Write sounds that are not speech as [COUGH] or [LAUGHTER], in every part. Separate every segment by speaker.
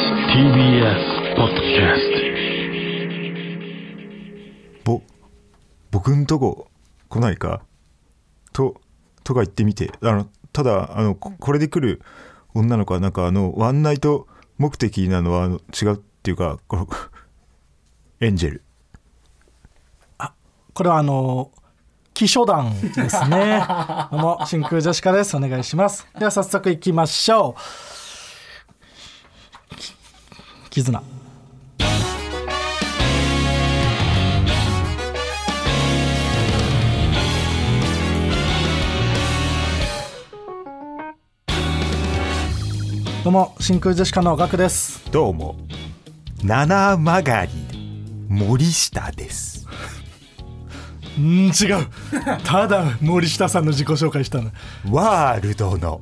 Speaker 1: TBS ポッドキャス
Speaker 2: ぼ僕んとこ来ないかととか言ってみてあのただあのここれで来る女の子はなんかあのワンナイト目的なのはあの違うっていうかこのエンジェル
Speaker 3: これはあの気象団です [LAUGHS] ね。どうも真空ジェシカです。お願いします。では早速行きましょう。絆。どうも真空ジェシカのガクです。
Speaker 2: どうも七曲がり森下です
Speaker 3: うん違う。ただ森下さんの自己紹介したの。
Speaker 2: ワールドの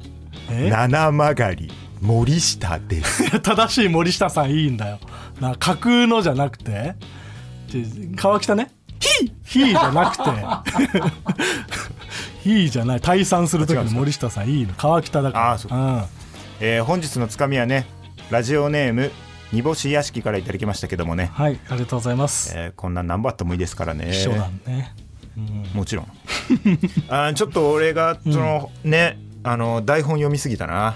Speaker 3: え
Speaker 2: 七曲がり森下です
Speaker 3: [LAUGHS] 正しい森下さんいいんだよな架空のじゃなくてち川北ね「ひ」「ひ」じゃなくて [LAUGHS] 「ひ」じゃない退散する時の森下さんいいの川北だから
Speaker 2: あーそう
Speaker 3: うん、
Speaker 2: [LAUGHS] えー本日のつかみはねラジオネーム煮干し屋敷からいただきましたけどもね、
Speaker 3: はいありがとうございます、
Speaker 2: えーこんな何バットもいいですからね
Speaker 3: 秘書団ね
Speaker 2: もちろん [LAUGHS] あーちょっと俺がその、ねあの台本読みすぎたな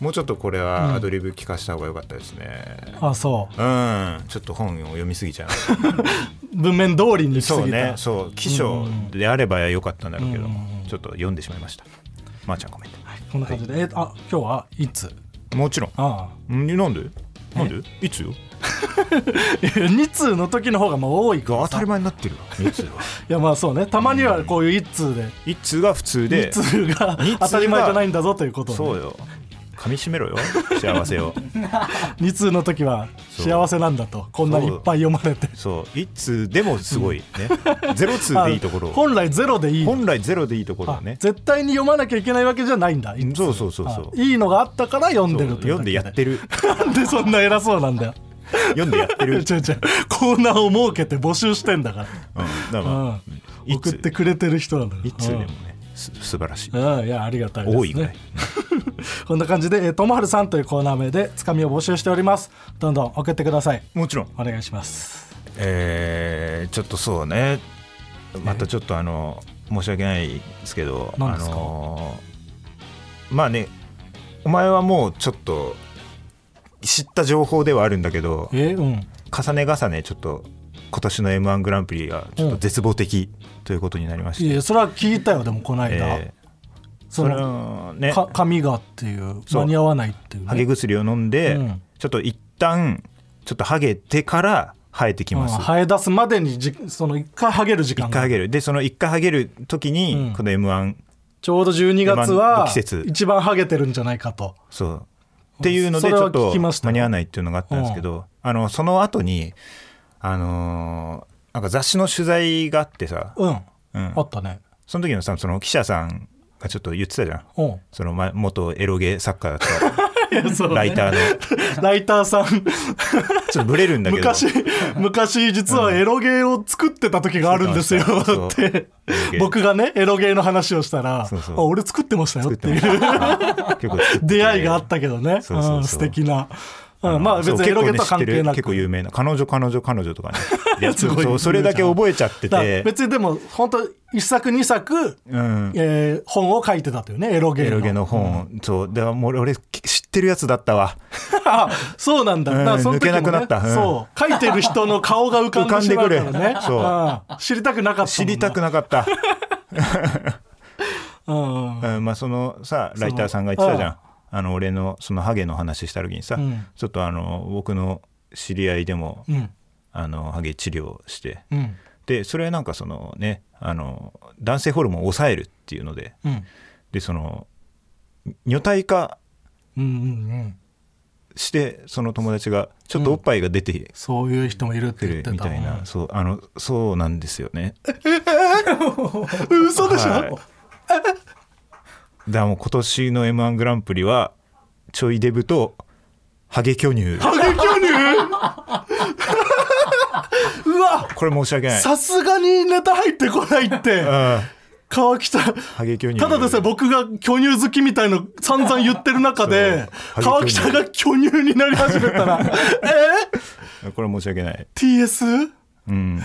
Speaker 2: もうちょっとこれはアドリブ聞かした方が良かったですね
Speaker 3: あそう
Speaker 2: うん、ちょっと本を [LAUGHS] 読みすぎちゃう
Speaker 3: 文面通りにしす
Speaker 2: そう
Speaker 3: ぎ
Speaker 2: ね
Speaker 3: た
Speaker 2: そう起書であれば良かったんだろうけど、ちょっと読んでしまいましたまー、ちゃんごめんね
Speaker 3: はいこんな感じで、えーあ今日はいつ
Speaker 2: もちろん
Speaker 3: あ [LAUGHS]
Speaker 2: んなんでなんでいつよ
Speaker 3: あ2通の時の方がまあ多いか
Speaker 2: が
Speaker 3: ら
Speaker 2: 当
Speaker 3: さ
Speaker 2: たり前になってるわいつは
Speaker 3: いやまあそうねたまにはこういう1通で
Speaker 2: いつが普通で
Speaker 3: 2通が
Speaker 2: 二通が
Speaker 3: 当たり前じゃないんだぞということをね
Speaker 2: そうよ噛み締めろよ幸せを
Speaker 3: 2通の時は幸せなんだとこんないっぱい読まれて
Speaker 2: そういつでもすごいね、ゼロ通でいいところ
Speaker 3: あ
Speaker 2: を
Speaker 3: 本来ゼロでいいの
Speaker 2: 本来ゼロでいいところをね
Speaker 3: あ絶対に読まなきゃいけないわけじゃないんだいつ
Speaker 2: そうそうそうそう
Speaker 3: あいいのがあったから読んでるという
Speaker 2: 読んでやってる
Speaker 3: なんでそんな偉そうなんだよ
Speaker 2: 読んでやって
Speaker 3: 違う違 [LAUGHS]
Speaker 2: る
Speaker 3: う、コーナーを設けて募集してんだか、
Speaker 2: うん、だから
Speaker 3: う
Speaker 2: ら
Speaker 3: ん
Speaker 2: いつ
Speaker 3: 送ってくれてる人なんだから
Speaker 2: 一通でもねす素晴らしい
Speaker 3: うんうんいやありがたいですね
Speaker 2: 多いぐらい
Speaker 3: [LAUGHS] こんな感じで「えーともはるさん」というコーナー名でつかみを募集しておりますどんどん送ってください
Speaker 2: もちろん
Speaker 3: お願いします
Speaker 2: えーちょっとそうねまたちょっとあの申し訳ないですけど
Speaker 3: 何ですか
Speaker 2: あのーまあねお前はもうちょっと知った情報ではあるんだけど
Speaker 3: えうん
Speaker 2: 重ね重ねちょっと今年の m 1グランプリがちょっと絶望的ということになりまし
Speaker 3: い
Speaker 2: て、
Speaker 3: やそれは聞いたよでもこの間、
Speaker 2: えー
Speaker 3: そ
Speaker 2: それ
Speaker 3: の
Speaker 2: はね
Speaker 3: か髪がっていう
Speaker 2: そう
Speaker 3: 間に合わないっていう、
Speaker 2: ハゲ
Speaker 3: ね、
Speaker 2: 薬を飲んで、
Speaker 3: うん
Speaker 2: ちょっと一旦ちょっとハゲてから生えてき
Speaker 3: うん
Speaker 2: ます、
Speaker 3: 生え出すまでにじその一回ハゲる時間
Speaker 2: 一回ハ
Speaker 3: が
Speaker 2: ゲるでその一回ハゲる時に、
Speaker 3: うん
Speaker 2: この m 1
Speaker 3: ちょうど12月
Speaker 2: 今の
Speaker 3: は
Speaker 2: 季節
Speaker 3: 一番ハゲてるんじゃないかと
Speaker 2: そうっていうので
Speaker 3: そ
Speaker 2: ち
Speaker 3: れ
Speaker 2: ょ
Speaker 3: は
Speaker 2: っと
Speaker 3: 聞きました
Speaker 2: 間に合わないっていうのがあったんですけど、あのその後にあのーなんか雑誌の取材があってさ、
Speaker 3: うん、
Speaker 2: うん
Speaker 3: あったね
Speaker 2: その時のさその記者さんがちょっと言ってたじゃん
Speaker 3: うん
Speaker 2: その、ま、元エロゲ作家だっ
Speaker 3: いやそ
Speaker 2: た
Speaker 3: うね
Speaker 2: ライ [LAUGHS] ターの
Speaker 3: [LAUGHS] ライターさん
Speaker 2: ちょっとブレるんだけど
Speaker 3: 昔昔実はエロゲーを作ってた時があるんですよ
Speaker 2: そうかも
Speaker 3: っ
Speaker 2: しれないそ
Speaker 3: て
Speaker 2: うエロゲ
Speaker 3: 僕がねエロゲーの話をしたら
Speaker 2: そうそう
Speaker 3: あ俺作ってましたよ
Speaker 2: 作
Speaker 3: っ
Speaker 2: ってて
Speaker 3: い
Speaker 2: ま
Speaker 3: う
Speaker 2: した結構作って
Speaker 3: 出会いがあったけどね
Speaker 2: そうそうそう
Speaker 3: うん素敵な、
Speaker 2: あ
Speaker 3: う
Speaker 2: の
Speaker 3: ん、まあ別
Speaker 2: そう
Speaker 3: にエロゲとは関係な
Speaker 2: 結構ね知っ
Speaker 3: く
Speaker 2: てる結構有名な彼女彼女彼女とか
Speaker 3: [LAUGHS]
Speaker 2: ねいや
Speaker 3: すごい
Speaker 2: そうそれだけ覚えちゃって
Speaker 3: だから
Speaker 2: て
Speaker 3: 別にでも本当一作二作、
Speaker 2: うん
Speaker 3: えー本を書いてたというねエロゲー
Speaker 2: エ
Speaker 3: の
Speaker 2: ロゲの本、そうでもう俺俺知ってるやつだったわ
Speaker 3: あ [LAUGHS] そうなんだ,、
Speaker 2: うん
Speaker 3: だからその時もね
Speaker 2: 抜けなくなったうん
Speaker 3: そう書いてる人の顔が浮かんでしまうから
Speaker 2: 浮かんで
Speaker 3: ね
Speaker 2: くる [LAUGHS] そう
Speaker 3: うん知りたくなかった
Speaker 2: 知りたく
Speaker 3: な、
Speaker 2: なかった、
Speaker 3: うんうん
Speaker 2: うんまあ、そのさ
Speaker 3: の
Speaker 2: ライターさんが言ってたじゃん
Speaker 3: あ
Speaker 2: あの俺のそのハゲの話した時にさ、
Speaker 3: うん
Speaker 2: ちょっとあの僕の知り合いでも、
Speaker 3: うん
Speaker 2: あのハゲ治療して
Speaker 3: うん
Speaker 2: でそれはなんかそのねあの男性ホルモンを抑えるっていうので
Speaker 3: うん
Speaker 2: でその女体化
Speaker 3: うんうん
Speaker 2: してその友達がちょっとおっぱいが出て
Speaker 3: そういう人もいるって
Speaker 2: く
Speaker 3: 言っ
Speaker 2: る
Speaker 3: てた
Speaker 2: みたいな、そうあのそうなんですよね
Speaker 3: うん嘘でしょ、
Speaker 2: はいだからもう今年の m 1グランプリはちょいデブとハゲ巨乳
Speaker 3: ハ
Speaker 2: [LAUGHS]
Speaker 3: ゲ巨乳うわ
Speaker 2: これ申し訳ない
Speaker 3: さすがにネタ入ってこないって
Speaker 2: うん
Speaker 3: 川北
Speaker 2: ハゲ巨乳
Speaker 3: ただでさえ僕が巨乳好きみたいの散々言ってる中で
Speaker 2: そうハ
Speaker 3: 川
Speaker 2: ゲ巨乳
Speaker 3: 北が巨乳になり始めたらえ
Speaker 2: これは申し訳ない
Speaker 3: TS?
Speaker 2: うん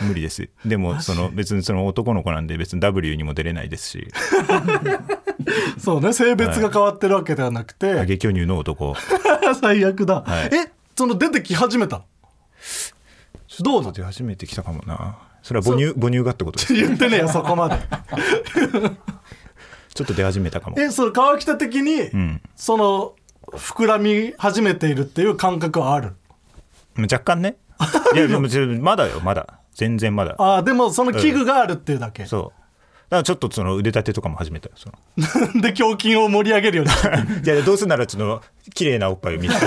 Speaker 2: 無理ですでもその別にその男の子なんで別に W にも出れないですし
Speaker 3: そうね性別が変わってるわけではなくて、
Speaker 2: ハゲ巨乳の男
Speaker 3: [LAUGHS] 最悪
Speaker 2: は
Speaker 3: だ、
Speaker 2: い
Speaker 3: えその出てき始めたのどうなの
Speaker 2: 出始めてきたかもなそれは母乳母乳がってこと
Speaker 3: [LAUGHS]
Speaker 2: です
Speaker 3: 言ってねえよそ
Speaker 2: [LAUGHS]
Speaker 3: こまで
Speaker 2: ちょっと出始めたかも
Speaker 3: えその川北的に、
Speaker 2: うん
Speaker 3: その膨らみ始めているっていう感覚はある
Speaker 2: 若干ねいやでもまだよまだ全然まだ
Speaker 3: ああでもその器具があるっていうだけ、
Speaker 2: そうだからちょっとその腕立てとかも始めたよその
Speaker 3: [LAUGHS] で胸筋を盛り上げるようになっ
Speaker 2: いやどうせならちょっと綺麗なおっぱいを
Speaker 3: [LAUGHS]
Speaker 2: 見せて
Speaker 3: て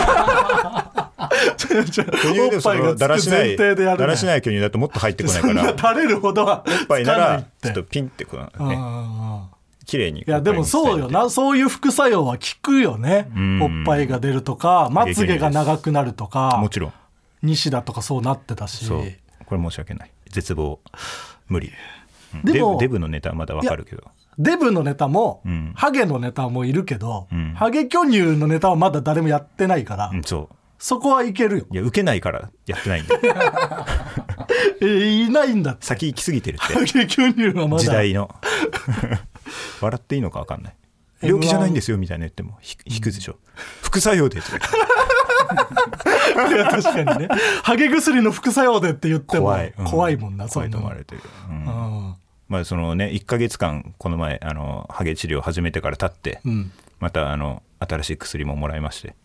Speaker 2: [LAUGHS] 巨乳で
Speaker 3: お
Speaker 2: も
Speaker 3: っ
Speaker 2: そ
Speaker 3: ぱい
Speaker 2: の
Speaker 3: が
Speaker 2: だら
Speaker 3: つ
Speaker 2: し
Speaker 3: く
Speaker 2: な
Speaker 3: 前
Speaker 2: い
Speaker 3: 提でや
Speaker 2: だ
Speaker 3: るな
Speaker 2: らしない巨乳だともっと入ってこない
Speaker 3: [LAUGHS] そ
Speaker 2: か
Speaker 3: ん
Speaker 2: ら
Speaker 3: な垂れるほどは
Speaker 2: おっぱい
Speaker 3: つ
Speaker 2: な
Speaker 3: か
Speaker 2: ちょっ
Speaker 3: らないって
Speaker 2: とピンってこう
Speaker 3: うんうん
Speaker 2: ね
Speaker 3: うん
Speaker 2: 綺麗に
Speaker 3: いやでもそうよなそういう副作用は効くよね
Speaker 2: ん
Speaker 3: おっぱいが出るとかまつげが長くなるとか
Speaker 2: もちろん
Speaker 3: 西田とかそうなってたし
Speaker 2: そうこれ申し訳ない絶望無理、うん
Speaker 3: でも
Speaker 2: デブデブのネタはまだわかるけど
Speaker 3: デブのネタも、
Speaker 2: うん
Speaker 3: ハゲのネタもいるけど、
Speaker 2: うん
Speaker 3: ハゲ巨乳のネタはまだ誰もやってないから、
Speaker 2: うんそう
Speaker 3: そこはいけるよ
Speaker 2: いや受けないからやってないんだ
Speaker 3: [LAUGHS]
Speaker 2: よ
Speaker 3: えいないんだって
Speaker 2: 先行き過ぎてる
Speaker 3: [LAUGHS]
Speaker 2: って
Speaker 3: ハゲ巨乳はまだ
Speaker 2: 時代の [LAUGHS] 笑っていいのか分かんない
Speaker 3: M1
Speaker 2: 病気じゃないんですよみたいな言ってもひ引くでしょ副作用でとか言って
Speaker 3: いや確かにねハゲ薬の副作用 [LAUGHS] でって言っても
Speaker 2: 怖
Speaker 3: 怖
Speaker 2: い
Speaker 3: い,、
Speaker 2: うん
Speaker 3: もんな
Speaker 2: 怖いと思わ
Speaker 3: る
Speaker 2: れてる、うんまあそのね1か月間この前あのハゲ治療を始めてから経って、
Speaker 3: うん
Speaker 2: またあの新しい薬ももらいまして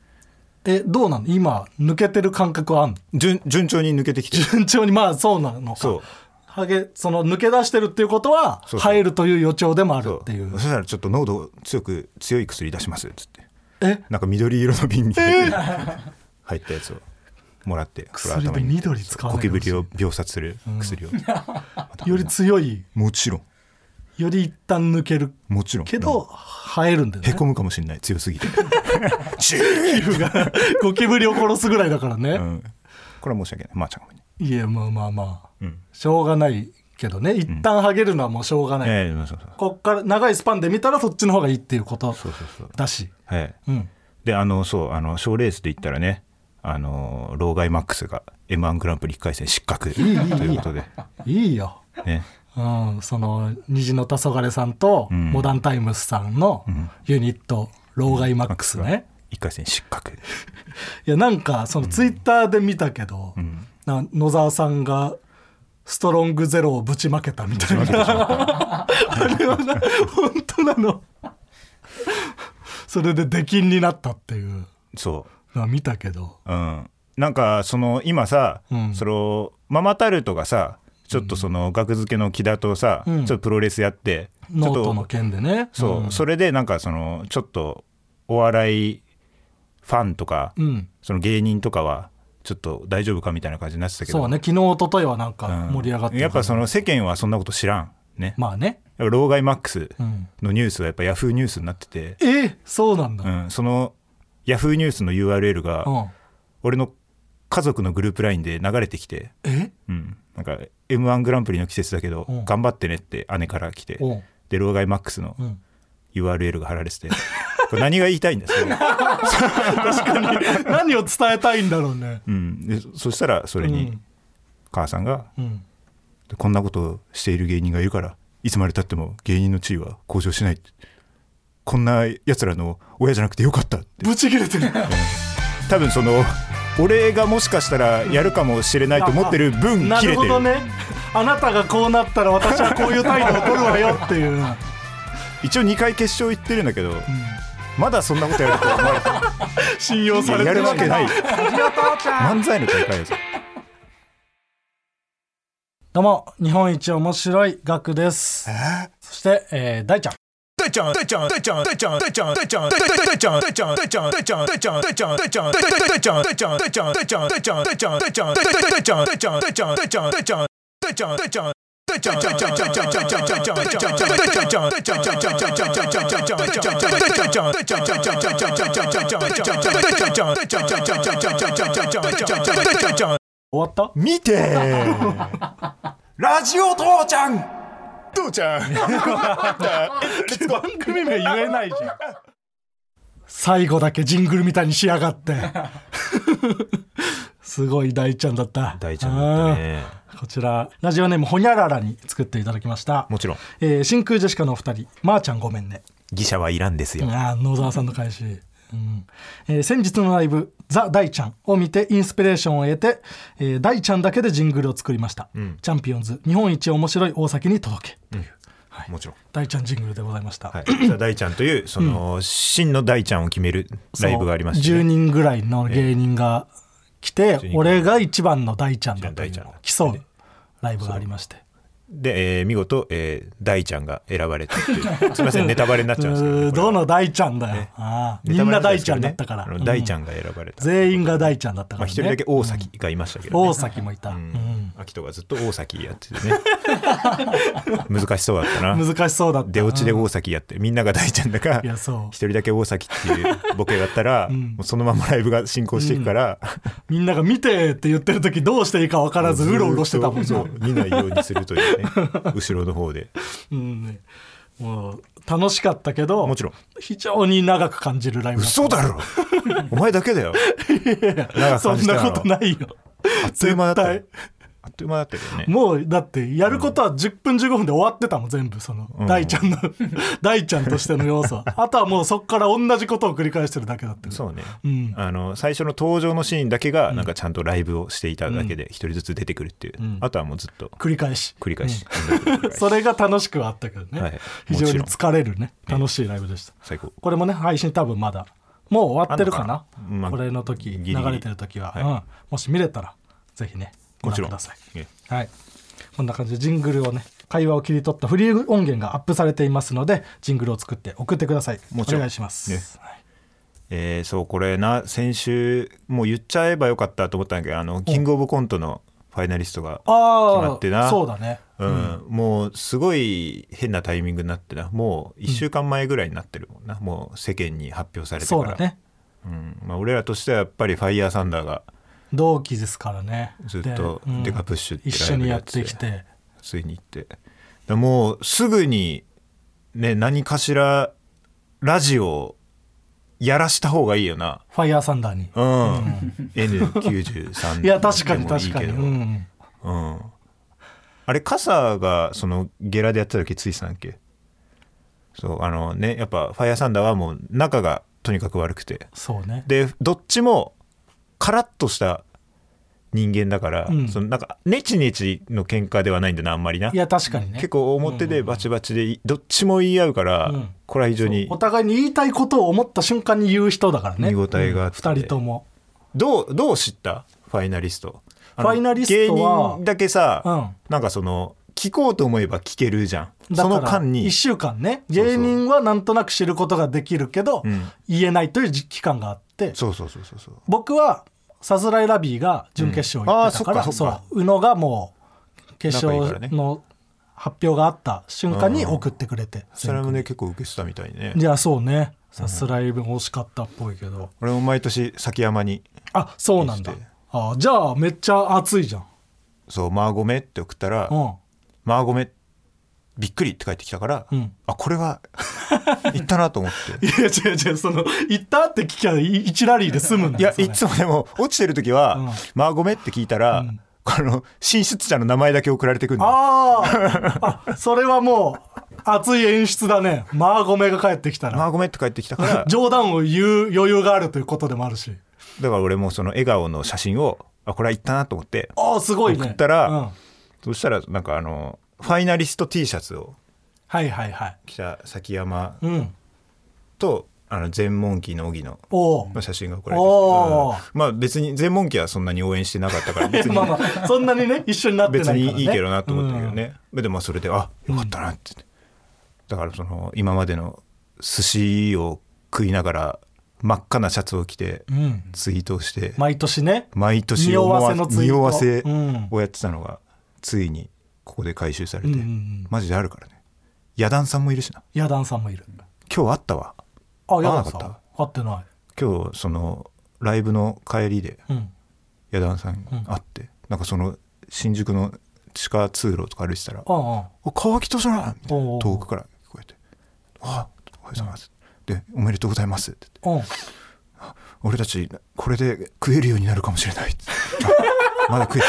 Speaker 3: えどうなの今抜けてる感覚はあんの
Speaker 2: 順順調に抜けてきてる
Speaker 3: 順調にまあそうなのか
Speaker 2: そう
Speaker 3: ハゲその抜け出してるっていうことは
Speaker 2: そうそう
Speaker 3: 入るという予兆でもあ
Speaker 2: そ
Speaker 3: る
Speaker 2: う
Speaker 3: [LAUGHS] っていう
Speaker 2: そしたらちょっと濃度強く強い薬出しますっつって
Speaker 3: え
Speaker 2: なんか緑色の瓶に入ったやつをもらってこれ頭に
Speaker 3: 薬で緑使わ
Speaker 2: ゴ
Speaker 3: ない
Speaker 2: キ
Speaker 3: で
Speaker 2: ブ
Speaker 3: ほし
Speaker 2: リ
Speaker 3: い
Speaker 2: を秒殺する薬を、
Speaker 3: より強い
Speaker 2: もちろん
Speaker 3: より一旦抜ける
Speaker 2: もちろん
Speaker 3: けど、生えるんだよ
Speaker 2: へ
Speaker 3: ね
Speaker 2: こむかもしれない強すぎ
Speaker 3: [LAUGHS]
Speaker 2: て、
Speaker 3: 皮膚がゴキブリを殺すぐらいだからね、
Speaker 2: うん、これは申し訳ないまー、ちゃんごめんね
Speaker 3: いやまあまあまあ、
Speaker 2: うん
Speaker 3: しょうがないけどね一旦ハゲるのはもうしょうがない、
Speaker 2: ええそうそう
Speaker 3: こっから長いスパンで見たらそっちの方がいいっていうこと
Speaker 2: そうそうそう
Speaker 3: だし
Speaker 2: はい
Speaker 3: うん
Speaker 2: であのそうあの賞レースで言ったらねあの老害マックスが m 1グランプリ1回戦失格ということで
Speaker 3: いいよ、
Speaker 2: ね
Speaker 3: うん、その虹の黄昏さんと
Speaker 2: ん
Speaker 3: モダンタイムスさんのユニット、老害マックスね、
Speaker 2: 1回戦失格
Speaker 3: いやなんかそのツイッターで見たけど、な野沢さんがストロングゼロをぶちまけたみたいな [LAUGHS] あれはな本当なのそれで出禁になったっていう
Speaker 2: そ
Speaker 3: のは見たけど
Speaker 2: ううんなんかその今さ、
Speaker 3: うん
Speaker 2: そのママタルトがさちょっとその額付けの木田とさ、
Speaker 3: うん
Speaker 2: ちょっとプロレスやってちょ
Speaker 3: ノ
Speaker 2: っ
Speaker 3: ート
Speaker 2: と
Speaker 3: の件でね
Speaker 2: そう、それでなんかそのちょっとお笑いファンとか、
Speaker 3: うん、うん
Speaker 2: その芸人とかはちょっと大丈夫かみたいな感じになってたけど
Speaker 3: そうね昨日一昨日はなん
Speaker 2: う
Speaker 3: か
Speaker 2: ん
Speaker 3: 盛り上がってたから
Speaker 2: やっぱその世間はそんなこと知らんね、
Speaker 3: まあね、
Speaker 2: やっぱ老害マックス
Speaker 3: うん、
Speaker 2: のニュースはやっぱヤフーニュースになってて、
Speaker 3: えそうなんだ、
Speaker 2: う
Speaker 3: うん
Speaker 2: ん、そのヤフーニュースの URL が俺の家族のグループ LINE で流れてきて、
Speaker 3: え
Speaker 2: うん、なんか m 1グランプリの季節だけど
Speaker 3: うん
Speaker 2: 頑張ってねって姉から来て、
Speaker 3: うん
Speaker 2: で老害マックスの
Speaker 3: うん
Speaker 2: URL が貼られててこれ何が言いたいんですか
Speaker 3: [LAUGHS] 何を伝えたいんだろうね、
Speaker 2: うん、でそそしたらそれ
Speaker 3: う
Speaker 2: に
Speaker 3: ん
Speaker 2: 母さんが、
Speaker 3: うん、
Speaker 2: こんなことをしている芸人がいるからいつまでたっても芸人の地位は向上しないってこんなやつらの親じゃなくてよかったって
Speaker 3: ぶち切れてる
Speaker 2: 多分その俺がもしかしたらやるかもしれないと思ってる分
Speaker 3: な
Speaker 2: 切
Speaker 3: る
Speaker 2: れて
Speaker 3: ほ
Speaker 2: る
Speaker 3: どねあなたがこうなったら私はこういう態度を取るわよっていう、 [LAUGHS]
Speaker 2: 一応2回決勝行ってるんだけど、まだそんなことやると思われてる
Speaker 3: [LAUGHS] 信用され
Speaker 2: い
Speaker 3: て
Speaker 2: ややるわけない
Speaker 3: ど
Speaker 2: 漫才の大会ですよ
Speaker 3: うも日本一面白いガクですそして、えー、大ちゃん終わった
Speaker 2: 見てーラジオ父ちゃん父ちゃ [LAUGHS]
Speaker 3: [LAUGHS]
Speaker 2: ん
Speaker 3: 番組名言えないじゃん最後だけジングルみたいにしやがって [LAUGHS] すごい大ちゃんだった
Speaker 2: 大ちゃんだったね
Speaker 3: うんこちらラジオネームほにゃららに作っていただきました
Speaker 2: もちろん
Speaker 3: えー真空ジェシカのお二人まー、ちゃんごめんね
Speaker 2: 技者はいらんですよ、
Speaker 3: あー野沢さんの返し、うんえー先日のライブ「ザ・大ちゃん」を見てインスピレーションを得て、えー大ちゃんだけでジングルを作りました、チャンピオンズ日本一面白い大崎に届け、
Speaker 2: もちろん
Speaker 3: 大ちゃんジングルでございました、
Speaker 2: はい、 [CLEARS THROAT] じゃあ大ちゃんというその、真の大ちゃんを決めるライブがありまして、
Speaker 3: 10人ぐらいの芸人が来て、
Speaker 2: 人
Speaker 3: 俺が一番の大ちゃんだとい
Speaker 2: 大ちゃ
Speaker 3: うん
Speaker 2: だ
Speaker 3: 競うライブがありまして
Speaker 2: で、えー見事、えー大ちゃんが選ばれた
Speaker 3: [LAUGHS]
Speaker 2: っていうすみませんネタバレになっちゃうんですけどね、
Speaker 3: うー
Speaker 2: これは
Speaker 3: どの大ちゃんだよ、ああみ
Speaker 2: ネタ
Speaker 3: ん
Speaker 2: バ
Speaker 3: な
Speaker 2: レ
Speaker 3: 大
Speaker 2: です
Speaker 3: ち
Speaker 2: け
Speaker 3: ゃ
Speaker 2: ど
Speaker 3: ん
Speaker 2: ね
Speaker 3: だったから、
Speaker 2: あの大ち
Speaker 3: う
Speaker 2: ゃ
Speaker 3: ん
Speaker 2: んが選ばれた、
Speaker 3: 全員が大ちゃんだった
Speaker 2: まあ
Speaker 3: から、ね
Speaker 2: 一人だけ大崎がいましたけど、ね
Speaker 3: 大崎もいた、うん
Speaker 2: 秋人がずっと大崎やってて
Speaker 3: [LAUGHS]
Speaker 2: ね難しそうだったな
Speaker 3: 難しそうだった
Speaker 2: 出落ちで大崎やってみんなが大ちゃんだか
Speaker 3: いやそう
Speaker 2: 一人だけ大崎っていうボケだったら、もうそのままライブが進行していくから、
Speaker 3: みんなが見てって言ってる時どうしていいか分からずうろうろしてたもん
Speaker 2: ずー
Speaker 3: な
Speaker 2: っとそう見ないようにするというね後ろの方で
Speaker 3: うんねもう楽しかったけど
Speaker 2: もちろん
Speaker 3: 非常に長く感じるライブだった
Speaker 2: [LAUGHS] 嘘だろお前だけだよ長く
Speaker 3: そ
Speaker 2: 感
Speaker 3: ん
Speaker 2: じたの
Speaker 3: なことないよ
Speaker 2: あっという間だったよ
Speaker 3: 絶
Speaker 2: あっという間だったけどね
Speaker 3: もうだってやることは10分15分で終わってたもん全部その
Speaker 2: うん
Speaker 3: 大ちゃんの [LAUGHS] 大ちゃんとしての
Speaker 2: [LAUGHS]
Speaker 3: 要素はあとはもうそっから同じことを繰り返してるだけだった
Speaker 2: そうね、
Speaker 3: うん
Speaker 2: あの最初の登場のシーンだけがなんかちゃんとライブをしていただけで一人ずつ出てくるっていう、あとはもうずっと
Speaker 3: 繰り返し
Speaker 2: 繰り返し、 [LAUGHS]
Speaker 3: それが楽しくはあったけどね、
Speaker 2: はい
Speaker 3: 非
Speaker 2: も
Speaker 3: 常
Speaker 2: ち
Speaker 3: に
Speaker 2: ろん
Speaker 3: 疲れるね楽しいライブでした
Speaker 2: 最高
Speaker 3: これもね配信多分まだもう終わってるかな
Speaker 2: あんのかなまあ
Speaker 3: これの時
Speaker 2: ギリギリ
Speaker 3: 流れてる時は、
Speaker 2: はい
Speaker 3: うん、もし見れたらぜひねご
Speaker 2: もち
Speaker 3: 覧く
Speaker 2: ろん
Speaker 3: ださい
Speaker 2: え
Speaker 3: はい。こんな感じでジングルをね、会話を切り取ったフリー音源がアップされていますので、ジングルを作って送ってください。
Speaker 2: もちろん
Speaker 3: お願いします。
Speaker 2: ね
Speaker 3: はい
Speaker 2: えーそうこれな先週もう言っちゃえばよかったと思ったんだけどあのキングオブコントのファイナリストが決ま
Speaker 3: あ
Speaker 2: ってな
Speaker 3: あ、そうだね。
Speaker 2: うんもうすごい変なタイミングになってなもう1週間前ぐらいになってるもんな、もう世間に発表されてか
Speaker 3: そう
Speaker 2: ら
Speaker 3: だね。
Speaker 2: うんまあ、俺らとしてはやっぱり「ファイヤーサンダーが
Speaker 3: 同期ですからね。
Speaker 2: ずっと
Speaker 3: でうん
Speaker 2: デカプッシュって
Speaker 3: 一緒にやってき
Speaker 2: ラ
Speaker 3: て。
Speaker 2: ついに行ってだからもうすぐにね何かしらラジオをやらした方がいいよな
Speaker 3: ファイヤーサンダーに。
Speaker 2: うん N93
Speaker 3: いや、確かに
Speaker 2: でもい
Speaker 3: 確
Speaker 2: い
Speaker 3: か
Speaker 2: け
Speaker 3: に。
Speaker 2: ど
Speaker 3: うん
Speaker 2: うんあれ傘がそのゲラでやった時ついてたんだっけそうあのねやっぱ「ファイヤーサンダーはもう仲がとにかく悪くて
Speaker 3: そうね。
Speaker 2: でどっちもカラッとした人間だから、
Speaker 3: うん
Speaker 2: そのなんかネチネチの喧嘩ではないんだなあんまりない
Speaker 3: や、確かにね。
Speaker 2: 結構表でバチバチでいどっちも言い合うから、
Speaker 3: うん
Speaker 2: これは非常に
Speaker 3: お互いに言いたいことを思った瞬間に言う人だからね。
Speaker 2: 見応えがあって
Speaker 3: 二人とも。
Speaker 2: どうどう知ったファイナリストあの
Speaker 3: ファイナリストは
Speaker 2: 芸人だけさ、
Speaker 3: うん
Speaker 2: なんかその聞こうと思えば聞けるじゃん
Speaker 3: だ
Speaker 2: そ
Speaker 3: から
Speaker 2: の間に
Speaker 3: 1週間ね
Speaker 2: そう
Speaker 3: 芸人はなんとなく知ることができるけど、
Speaker 2: うん
Speaker 3: 言えないという期間があって
Speaker 2: そうそうそうそうそう
Speaker 3: 僕はさすらいラビーが準決勝行ってたから、
Speaker 2: うんあーそっかそっか
Speaker 3: う宇野がもう決
Speaker 2: 仲いい
Speaker 3: 勝
Speaker 2: からね
Speaker 3: の発表があった瞬間に送ってくれて、
Speaker 2: それもね結構受けてたみたいね
Speaker 3: いやそうねさすらい分惜しかったっぽいけど、
Speaker 2: 俺も毎年崎山に
Speaker 3: あそうなんだ
Speaker 2: いいして
Speaker 3: あじゃあめっちゃ熱いじゃん、
Speaker 2: そう「マーゴメ」って送ったら「
Speaker 3: うん、
Speaker 2: マーゴメびっくり」って帰ってきたから、
Speaker 3: うん
Speaker 2: あこれ
Speaker 3: [LAUGHS]
Speaker 2: は行ったなと思って
Speaker 3: いや違う違うその行ったって聞きゃい1ラリーで済むんだ
Speaker 2: い
Speaker 3: よ
Speaker 2: や
Speaker 3: それ
Speaker 2: いつもでも落ちてる時は「
Speaker 3: うん
Speaker 2: マーゴメ」って聞いたら、この進出者の名前だけ送られてくるの
Speaker 3: あーあそれはもう熱い演出だねマーゴメが帰ってきた
Speaker 2: マ
Speaker 3: ら
Speaker 2: ーゴメって帰ってきたから
Speaker 3: [LAUGHS] 冗談を言う余裕があるということでもあるし
Speaker 2: だから俺もその笑顔の写真をあこれはいったなと思って
Speaker 3: ああすごいね
Speaker 2: 送ったら
Speaker 3: うん
Speaker 2: そしたらなんかあのファイナリスト T シャツを
Speaker 3: はいはいはい
Speaker 2: 着た崎山
Speaker 3: うん
Speaker 2: とあの全問記の荻野
Speaker 3: おお
Speaker 2: の写真が送られて
Speaker 3: おー
Speaker 2: きて、うんまあ別に全問記はそんなに応援してなかっ
Speaker 3: [LAUGHS]
Speaker 2: たから別に
Speaker 3: まあまあそんなにね一緒になってない
Speaker 2: 別
Speaker 3: から、ね、
Speaker 2: にいいけどなと思ったけどね、でもそれであよかったなって、だからその今までの寿司を食いながら真っ赤なシャツを着て
Speaker 3: うん、うん
Speaker 2: ツイートをして、
Speaker 3: 毎年ね
Speaker 2: 毎年思わ
Speaker 3: 匂わせのツイート
Speaker 2: 匂わせ
Speaker 3: うん
Speaker 2: をやってたのが、ついにここで回収されて、
Speaker 3: うんうんうん
Speaker 2: マジであるからね野団さんもいるしな
Speaker 3: ヤダンさんもいる
Speaker 2: 今日あったわ
Speaker 3: あヤ
Speaker 2: わ
Speaker 3: ダ
Speaker 2: な
Speaker 3: ン
Speaker 2: か
Speaker 3: さ
Speaker 2: った
Speaker 3: ん会ってな
Speaker 2: 今日そのライブの帰りで
Speaker 3: いうん
Speaker 2: 野団さん会って、なんかその新宿の地下通路とか歩いてたら「
Speaker 3: ああ
Speaker 2: お川北さん!」みたい
Speaker 3: おうお
Speaker 2: な
Speaker 3: う
Speaker 2: 遠くから聞こえて「あおはようございます」で「おめでとうございます」って
Speaker 3: うんうん
Speaker 2: 俺たちこれで食えるようになるかもしれない [LAUGHS] あまだ食え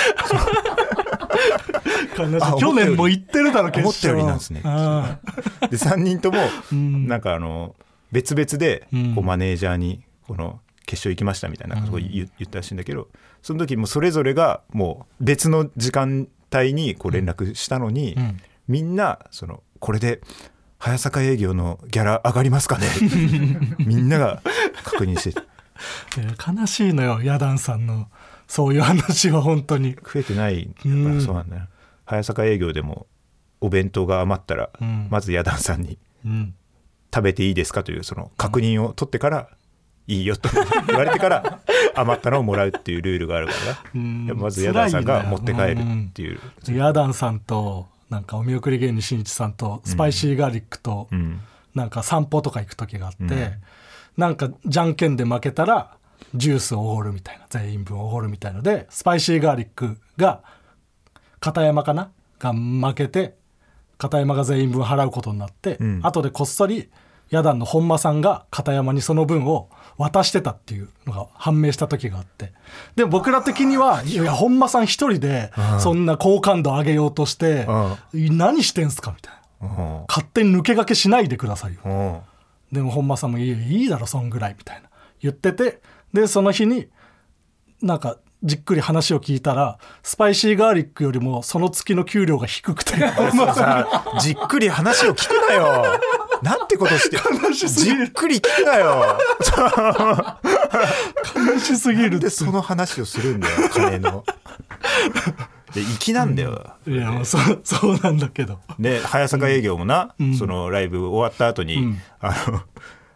Speaker 2: あ
Speaker 3: 去年も行ってるだろ決勝
Speaker 2: 思ったよりなんですね
Speaker 3: あ
Speaker 2: で3人とも
Speaker 3: ん
Speaker 2: なんかあの別々で
Speaker 3: うん
Speaker 2: こうマネージャーにこの決勝行きましたみたいなことを言言ったらしいんだけどその時もうそれぞれがもう別の時間帯にこう連絡したのに
Speaker 3: ん
Speaker 2: みんなそのこれで早坂営業のギャラ上がります
Speaker 3: [LAUGHS]
Speaker 2: かねみんなが確認して
Speaker 3: ーいや悲しいのよヤダンさんのそういう話は本当に
Speaker 2: 食えてないだか
Speaker 3: う
Speaker 2: ら
Speaker 3: ん
Speaker 2: そうなんだよ早坂営業でもお弁当が余ったら
Speaker 3: うん
Speaker 2: まずヤダンさんに
Speaker 3: うん
Speaker 2: 食べていいですかというその確認を取ってから、いいよと言われて
Speaker 3: [LAUGHS]
Speaker 2: から余ったのをもらうっていうルールがあるから
Speaker 3: うん
Speaker 2: なやっぱまず矢田さんが
Speaker 3: 辛い
Speaker 2: 持
Speaker 3: んだよ
Speaker 2: って帰るっていう、
Speaker 3: ヤダンさんとなんかお見送り芸人しんいちさんとスパイシーガーリックと
Speaker 2: うん
Speaker 3: なんか散歩とか行く時があって、
Speaker 2: うん
Speaker 3: なんかじゃんけんで負けたらジュースをおごるみたいな全員分おごるみたいのでスパイシーガーリックが片山かなが負けて片山が全員分払うことになって、
Speaker 2: うん
Speaker 3: 後でこっそり野団の本間さんが片山にその分を渡してたっていうのが判明した時があってでも僕ら的にはいや本間さん一人でそんな好感度上げようとして何してんすかみたいな
Speaker 2: うん
Speaker 3: 勝手に抜け駆けしないでくださいよ
Speaker 2: うん
Speaker 3: でも本間さんも「いいよいいだろそんぐらい」みたいな言っててでその日になんかじっくり話を聞いたらスパイシーガーリックよりもその月の給料が低くて
Speaker 2: そうさじっくり話を聞くなよなんてことして
Speaker 3: すぎ
Speaker 2: じっくり聞くなよ
Speaker 3: 悲しすぎるって
Speaker 2: でその話をするんだよ金ので粋なんだよ、
Speaker 3: いやもうそ [LAUGHS] そうなんだけど
Speaker 2: で早坂営業もな、そのライブ終わった後に、あの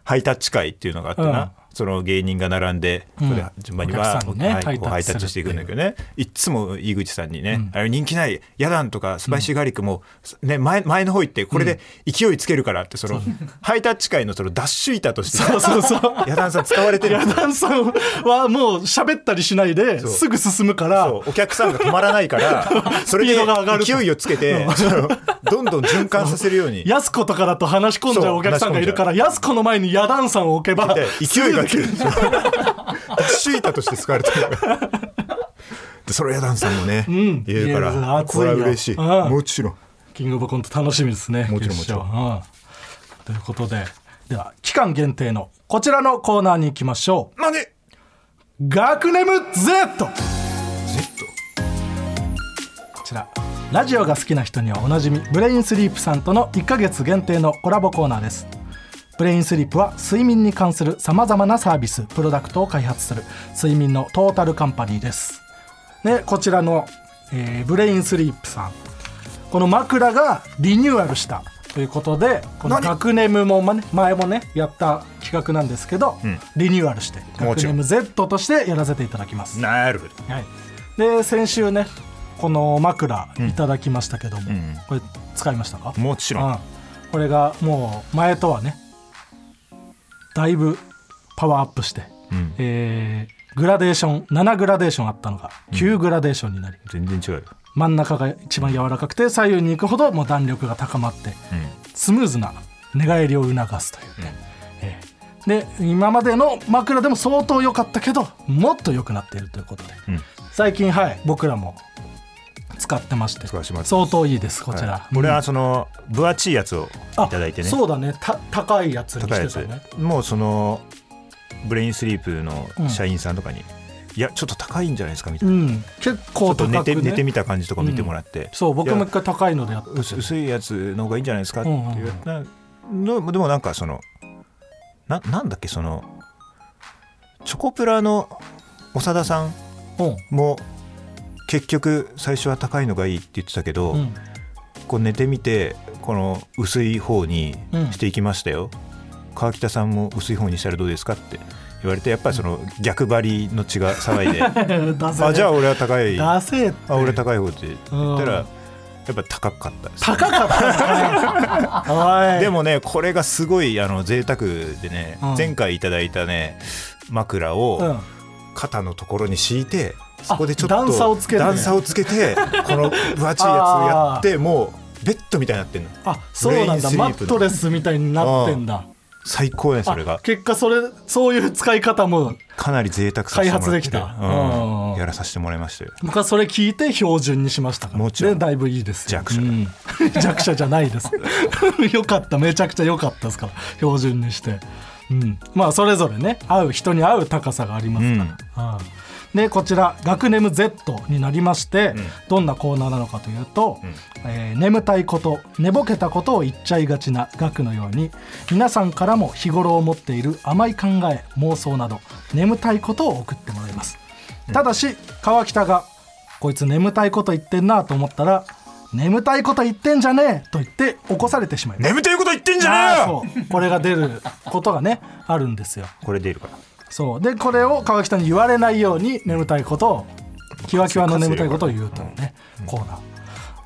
Speaker 2: ハイタッチ会っていうのがあってな、
Speaker 3: うん
Speaker 2: その芸人が並んで、
Speaker 3: ん
Speaker 2: ここで順番に
Speaker 3: お
Speaker 2: わー
Speaker 3: 客さ
Speaker 2: こ
Speaker 3: んに
Speaker 2: う
Speaker 3: ね
Speaker 2: はいこう
Speaker 3: ハ
Speaker 2: ハ
Speaker 3: イ
Speaker 2: イ
Speaker 3: タ
Speaker 2: タッ
Speaker 3: ッチ
Speaker 2: チ
Speaker 3: す
Speaker 2: して
Speaker 3: るっ
Speaker 2: い
Speaker 3: てい
Speaker 2: く
Speaker 3: うん
Speaker 2: だけどねいっつも井口さんにね、あれ人気ないヤダンとかスパイシーガーリックも、ね、前前の方行ってこれで勢いつけるからってその、ハイタッチ会のそのダッシュ板として
Speaker 3: そうそうそう
Speaker 2: ヤダンさん使われてる
Speaker 3: 矢田さんはもう喋ったりしないで
Speaker 2: そう
Speaker 3: すぐ進むから
Speaker 2: そうお客さんが止まらないから
Speaker 3: [LAUGHS]
Speaker 2: それ
Speaker 3: スピ
Speaker 2: で
Speaker 3: ードが上がると
Speaker 2: 勢いをつけてそのどんどん循環させるように
Speaker 3: 安子とかだと話し込んじゃうお客さんがいるから安子の前にヤダンさんを置けば [LAUGHS]
Speaker 2: で勢いが出るダッシュ板として使われてる [LAUGHS] でそれヤダンさんもね、言う
Speaker 3: ん
Speaker 2: か
Speaker 3: いや
Speaker 2: ら
Speaker 3: 熱い
Speaker 2: こ
Speaker 3: よ
Speaker 2: れは嬉しい、
Speaker 3: うん
Speaker 2: もちろん
Speaker 3: キングオブコント楽しみですね。
Speaker 2: もちろん
Speaker 3: 決勝うんということで、では期間限定のこちらのコーナーに行きましょう。
Speaker 2: 何 Z
Speaker 3: 学ネム Z! こちらラジオが好きな人にはおなじみブレインスリープさんとの1ヶ月限定のコラボコーナーですブレインスリープは睡眠に関するさまざまなサービスプロダクトを開発する睡眠のトータルカンパニーですでこちらの、えーブレインスリープさんこの枕がリニューアルしたということでこの
Speaker 2: 何
Speaker 3: 学ネムもまね前もねやった企画なんですけど、
Speaker 2: ん
Speaker 3: リニューアルして
Speaker 2: も
Speaker 3: 学
Speaker 2: ち
Speaker 3: ネ
Speaker 2: ろん
Speaker 3: ム Z としてやらせていただきます
Speaker 2: なるほど
Speaker 3: はい、で先週ねこの枕いただきましたけども、
Speaker 2: ん
Speaker 3: これ使いましたか
Speaker 2: もちろん、
Speaker 3: うんこれがもう前とはねだいぶパワーアップして、
Speaker 2: うん
Speaker 3: えーグラデーション7グラデーションあったのが9グラデーションになり、
Speaker 2: 全然違うよ、
Speaker 3: 真ん中が一番柔らかくて左右に行くほどもう弾力が高まっ
Speaker 2: う
Speaker 3: て
Speaker 2: ん
Speaker 3: スムーズな寝返りを促すというね、えーで今までの枕でも相当良かったけどもっと良くなっているということで、
Speaker 2: うん
Speaker 3: 最近はい僕らも使ってまして
Speaker 2: 使わせてもらって
Speaker 3: 相当いいですこちら、
Speaker 2: はいこれはその分厚いやつをいただいてね
Speaker 3: あそうだねた高いやつに
Speaker 2: 高いや
Speaker 3: して
Speaker 2: つ、
Speaker 3: たね
Speaker 2: もうそのブレインスリープの社員さんとかに、いやちょっと高いんじゃないですかみた
Speaker 3: う
Speaker 2: いな、
Speaker 3: ん結構
Speaker 2: ちょっ
Speaker 3: 高く、
Speaker 2: と
Speaker 3: ね、
Speaker 2: 寝て寝てみた感じとか見てもらって、
Speaker 3: そう僕
Speaker 2: い
Speaker 3: も
Speaker 2: や
Speaker 3: 一回高いのでやっ
Speaker 2: 薄薄いやつの方がいいんじゃないですかって
Speaker 3: うんうんうん
Speaker 2: 言われなでもなんかそのななんだっけそのチョコプラの長田さん
Speaker 3: たうん
Speaker 2: も結局最初は高いのがいいって言ってたけど、
Speaker 3: うん
Speaker 2: こう寝てみてこの薄い方にしていきましたよ、川北さんも薄い方にしたらどうですかって言われてやっぱりその逆張りの血が騒い
Speaker 3: [LAUGHS]
Speaker 2: であ
Speaker 3: 出せ
Speaker 2: じゃあ俺は高いあ
Speaker 3: 出せって
Speaker 2: 俺高い方って言ったら
Speaker 3: うん
Speaker 2: やっぱ高かったです
Speaker 3: 高かったですね
Speaker 2: [LAUGHS]
Speaker 3: おい
Speaker 2: でもねこれがすごいあの贅沢でね、
Speaker 3: うん
Speaker 2: 前回いただいたね枕を
Speaker 3: うん
Speaker 2: 肩のところに敷いてそこでちょっと
Speaker 3: 段差をつけるね
Speaker 2: 段差をつけてこの分厚いやつやってもうベッドみたいになってんの
Speaker 3: あそうなん
Speaker 2: ブレイン
Speaker 3: だ
Speaker 2: スリ
Speaker 3: マ
Speaker 2: ー
Speaker 3: ッ
Speaker 2: プ
Speaker 3: ト
Speaker 2: の
Speaker 3: レスみたいになってんだ
Speaker 2: 最高ねそれ
Speaker 3: あ
Speaker 2: が
Speaker 3: 結果それそういう使い方も
Speaker 2: かなり贅沢させてもらって
Speaker 3: 開発できた
Speaker 2: うん
Speaker 3: うん
Speaker 2: やらさせてもらいましたよ
Speaker 3: 僕はそれ聞いて標準にしましたから
Speaker 2: もちろん
Speaker 3: でだいぶいいですよ
Speaker 2: 弱者だ
Speaker 3: うん [LAUGHS] 弱者じゃないです [LAUGHS] よかっためちゃくちゃ良かったですから標準にして、うん、まあそれぞれね合う人に合う高さがあります
Speaker 2: う
Speaker 3: から、
Speaker 2: ん
Speaker 3: ああでこちら「学ネム Z」になりまして、どんなコーナーなのかというと、えー眠たいこと寝ぼけたことを言っちゃいがちな学のように皆さんからも日頃思っている甘い考え妄想など眠たいことを送ってもらいますただし川北が「こいつ眠たいこと言ってんな」と思ったら「眠たいこと言ってんじゃねえ!」と言って起こされてしまいます
Speaker 2: 眠たいこと言ってんじゃ
Speaker 3: ああ
Speaker 2: ね
Speaker 3: そうこれが出ることがねあるんですよ
Speaker 2: えこれ出るから
Speaker 3: そうでこれを川北に言われないように眠たいことをキワキワの眠たいことを言うというね、コー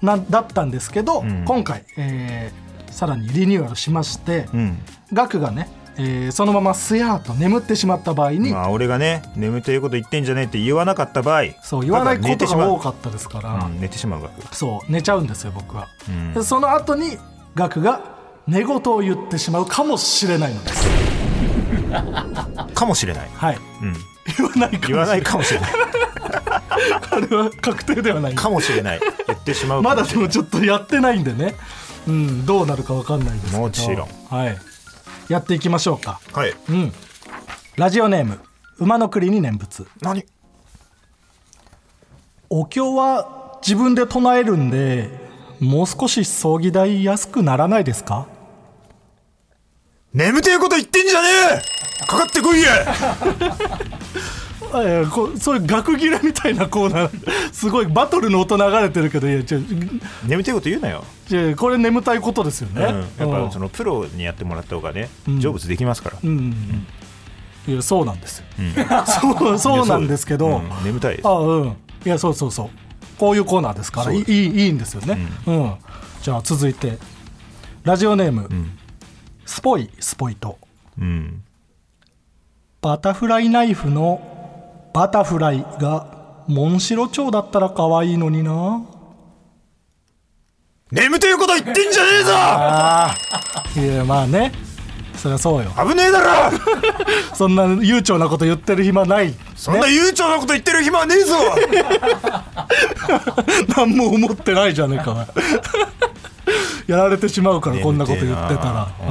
Speaker 3: ナーなだったんですけど、
Speaker 2: ん
Speaker 3: 今回、えーさらにリニューアルしまして、
Speaker 2: うん
Speaker 3: ガクがね、えーそのまますやーと眠ってしまった場合に、
Speaker 2: まあ俺がね眠たいこと言ってんじゃねえって言わなかった場合
Speaker 3: そう言わないこ
Speaker 2: た
Speaker 3: と
Speaker 2: だ
Speaker 3: が
Speaker 2: 寝
Speaker 3: 多
Speaker 2: てし
Speaker 3: かったですから、
Speaker 2: まううん寝てしまうわけ
Speaker 3: そう寝ちゃうんですよ僕は、
Speaker 2: ん
Speaker 3: でその後にガクが寝言を言ってしまうかもしれないのです
Speaker 2: かもしれない
Speaker 3: はい
Speaker 2: うん
Speaker 3: 言わないかもしれない
Speaker 2: 言わないかもしれない
Speaker 3: あれは確定ではない
Speaker 2: かもしれない言ってしまうか
Speaker 3: [LAUGHS] まだ
Speaker 2: し
Speaker 3: で
Speaker 2: れない
Speaker 3: もちょっとやってないんでね、うん、どうなるかわかんないですけど
Speaker 2: もちろん
Speaker 3: はい、やっていきましょうか、
Speaker 2: はい
Speaker 3: うん、ラジオネーム「馬の栗に念仏
Speaker 2: 何」
Speaker 3: お経は自分で唱えるんでもう少し葬儀代安くならないですか
Speaker 2: 眠てえこと言ってんじゃねえかかってこいや
Speaker 3: えー、こそういう額切れみたいなコーナー [LAUGHS] すごいバトルの音流れてるけどいやちょ
Speaker 2: 眠てえこと言うなよ、
Speaker 3: ちょこれ眠たいことですよ
Speaker 2: うん、
Speaker 3: ね、
Speaker 2: やっぱ
Speaker 3: うん
Speaker 2: そのプロにやってもらった方がね
Speaker 3: ん
Speaker 2: 成仏できますから、
Speaker 3: うんうんうんいやそうなんですよ、
Speaker 2: ん
Speaker 3: [LAUGHS] そうそうなんですけど、
Speaker 2: うん眠たいです
Speaker 3: あうんいやそうそうそうこういうコーナーですからい
Speaker 2: そ
Speaker 3: い
Speaker 2: うで
Speaker 3: いいいんですよね、うんじゃあ続いてラジオネーム、スポイスポイと
Speaker 2: うん
Speaker 3: バタフライナイフのバタフライがモンシロチョウだったら可愛いのにな
Speaker 2: 眠てえこと言ってんじゃねえぞ
Speaker 3: いやまあねそりゃそうよ
Speaker 2: 危ねえ
Speaker 3: [LAUGHS]
Speaker 2: だろ
Speaker 3: そんな悠長なこと言ってる暇ない
Speaker 2: そんな悠長なこと言ってる暇はねえぞ
Speaker 3: 何も思ってないじゃねえかお [LAUGHS] 前やられてしまうからこんなこと言ってたら
Speaker 2: え
Speaker 3: う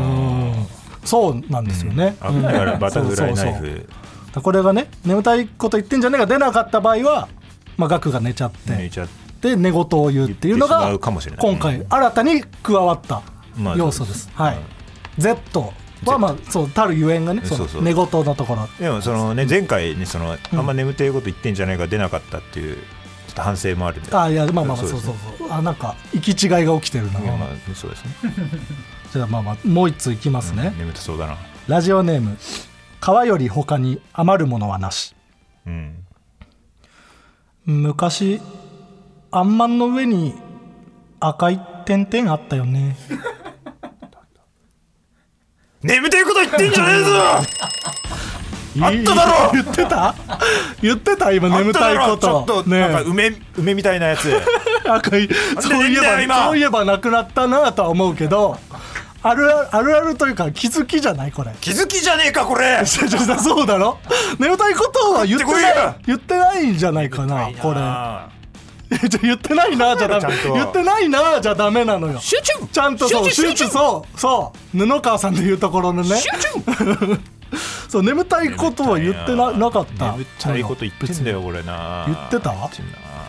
Speaker 3: んそうなんですよね、
Speaker 2: 危ないからバタフライナイ
Speaker 3: そうそう
Speaker 2: フ
Speaker 3: そうこれがね眠たいこと言ってんじゃねえか出なかった場合は、まあ、ガクが寝ちゃって、
Speaker 2: 抜いちゃっ
Speaker 3: で寝言を言うっていうの
Speaker 2: 言ってしま
Speaker 3: が
Speaker 2: うかもしれない
Speaker 3: 今回新たに加わった
Speaker 2: まあ
Speaker 3: 要素です、はい、
Speaker 2: うん
Speaker 3: Z はまあそうたるゆえんがねそ
Speaker 2: そ
Speaker 3: の
Speaker 2: うそう
Speaker 3: 寝言のところ
Speaker 2: でもそのね前回ねそのあんま眠てえこと言ってんじゃないか出なかったっていうちょっと反省もあるんで
Speaker 3: あいやまあまあまあそ
Speaker 2: そうう
Speaker 3: そ
Speaker 2: そうう
Speaker 3: そ
Speaker 2: そう
Speaker 3: あなんか行き違いが起きてる
Speaker 2: ま
Speaker 3: な、
Speaker 2: あまあそうですね
Speaker 3: じゃあまあまあもう一ついきますね、
Speaker 2: 眠たそうだな
Speaker 3: ラジオネーム「川より他に余るものはなし
Speaker 2: うん」
Speaker 3: 昔あんまんの上に赤い点々あったよね
Speaker 2: 眠てえこと言ってんじゃねえぞ
Speaker 3: あ
Speaker 2: っただろ
Speaker 3: 言ってた言ってた今 [LAUGHS] 眠たいこ
Speaker 2: ちょ
Speaker 3: と
Speaker 2: っと
Speaker 3: ね
Speaker 2: なんか梅梅みたいなや
Speaker 3: [LAUGHS]
Speaker 2: つ
Speaker 3: 赤いそう
Speaker 2: なんで
Speaker 3: いえ
Speaker 2: ねえんだよ
Speaker 3: ば
Speaker 2: 今
Speaker 3: そういえばなくなったなとは思うけどあるあるあるあるというか気づきじゃな
Speaker 2: [LAUGHS]
Speaker 3: いこれ
Speaker 2: 気づきじゃねえかこ
Speaker 3: [LAUGHS]
Speaker 2: れ
Speaker 3: ちょちょちょそう
Speaker 2: [LAUGHS]
Speaker 3: だろ眠たいことは言ってない
Speaker 2: 言ってこいよ
Speaker 3: 言ってないんじゃないかなこれ [LAUGHS] じゃ言ってないなじゃダメ
Speaker 2: ちゃんと
Speaker 3: 言ってないなじゃダメなのよ集中ちゃんとそう集中そうそう布川さんで言うところのね [LAUGHS] そう眠たいことは言ってななかった
Speaker 2: 眠たいこと言ってんだよこれな
Speaker 3: 言ってた
Speaker 2: 言ってん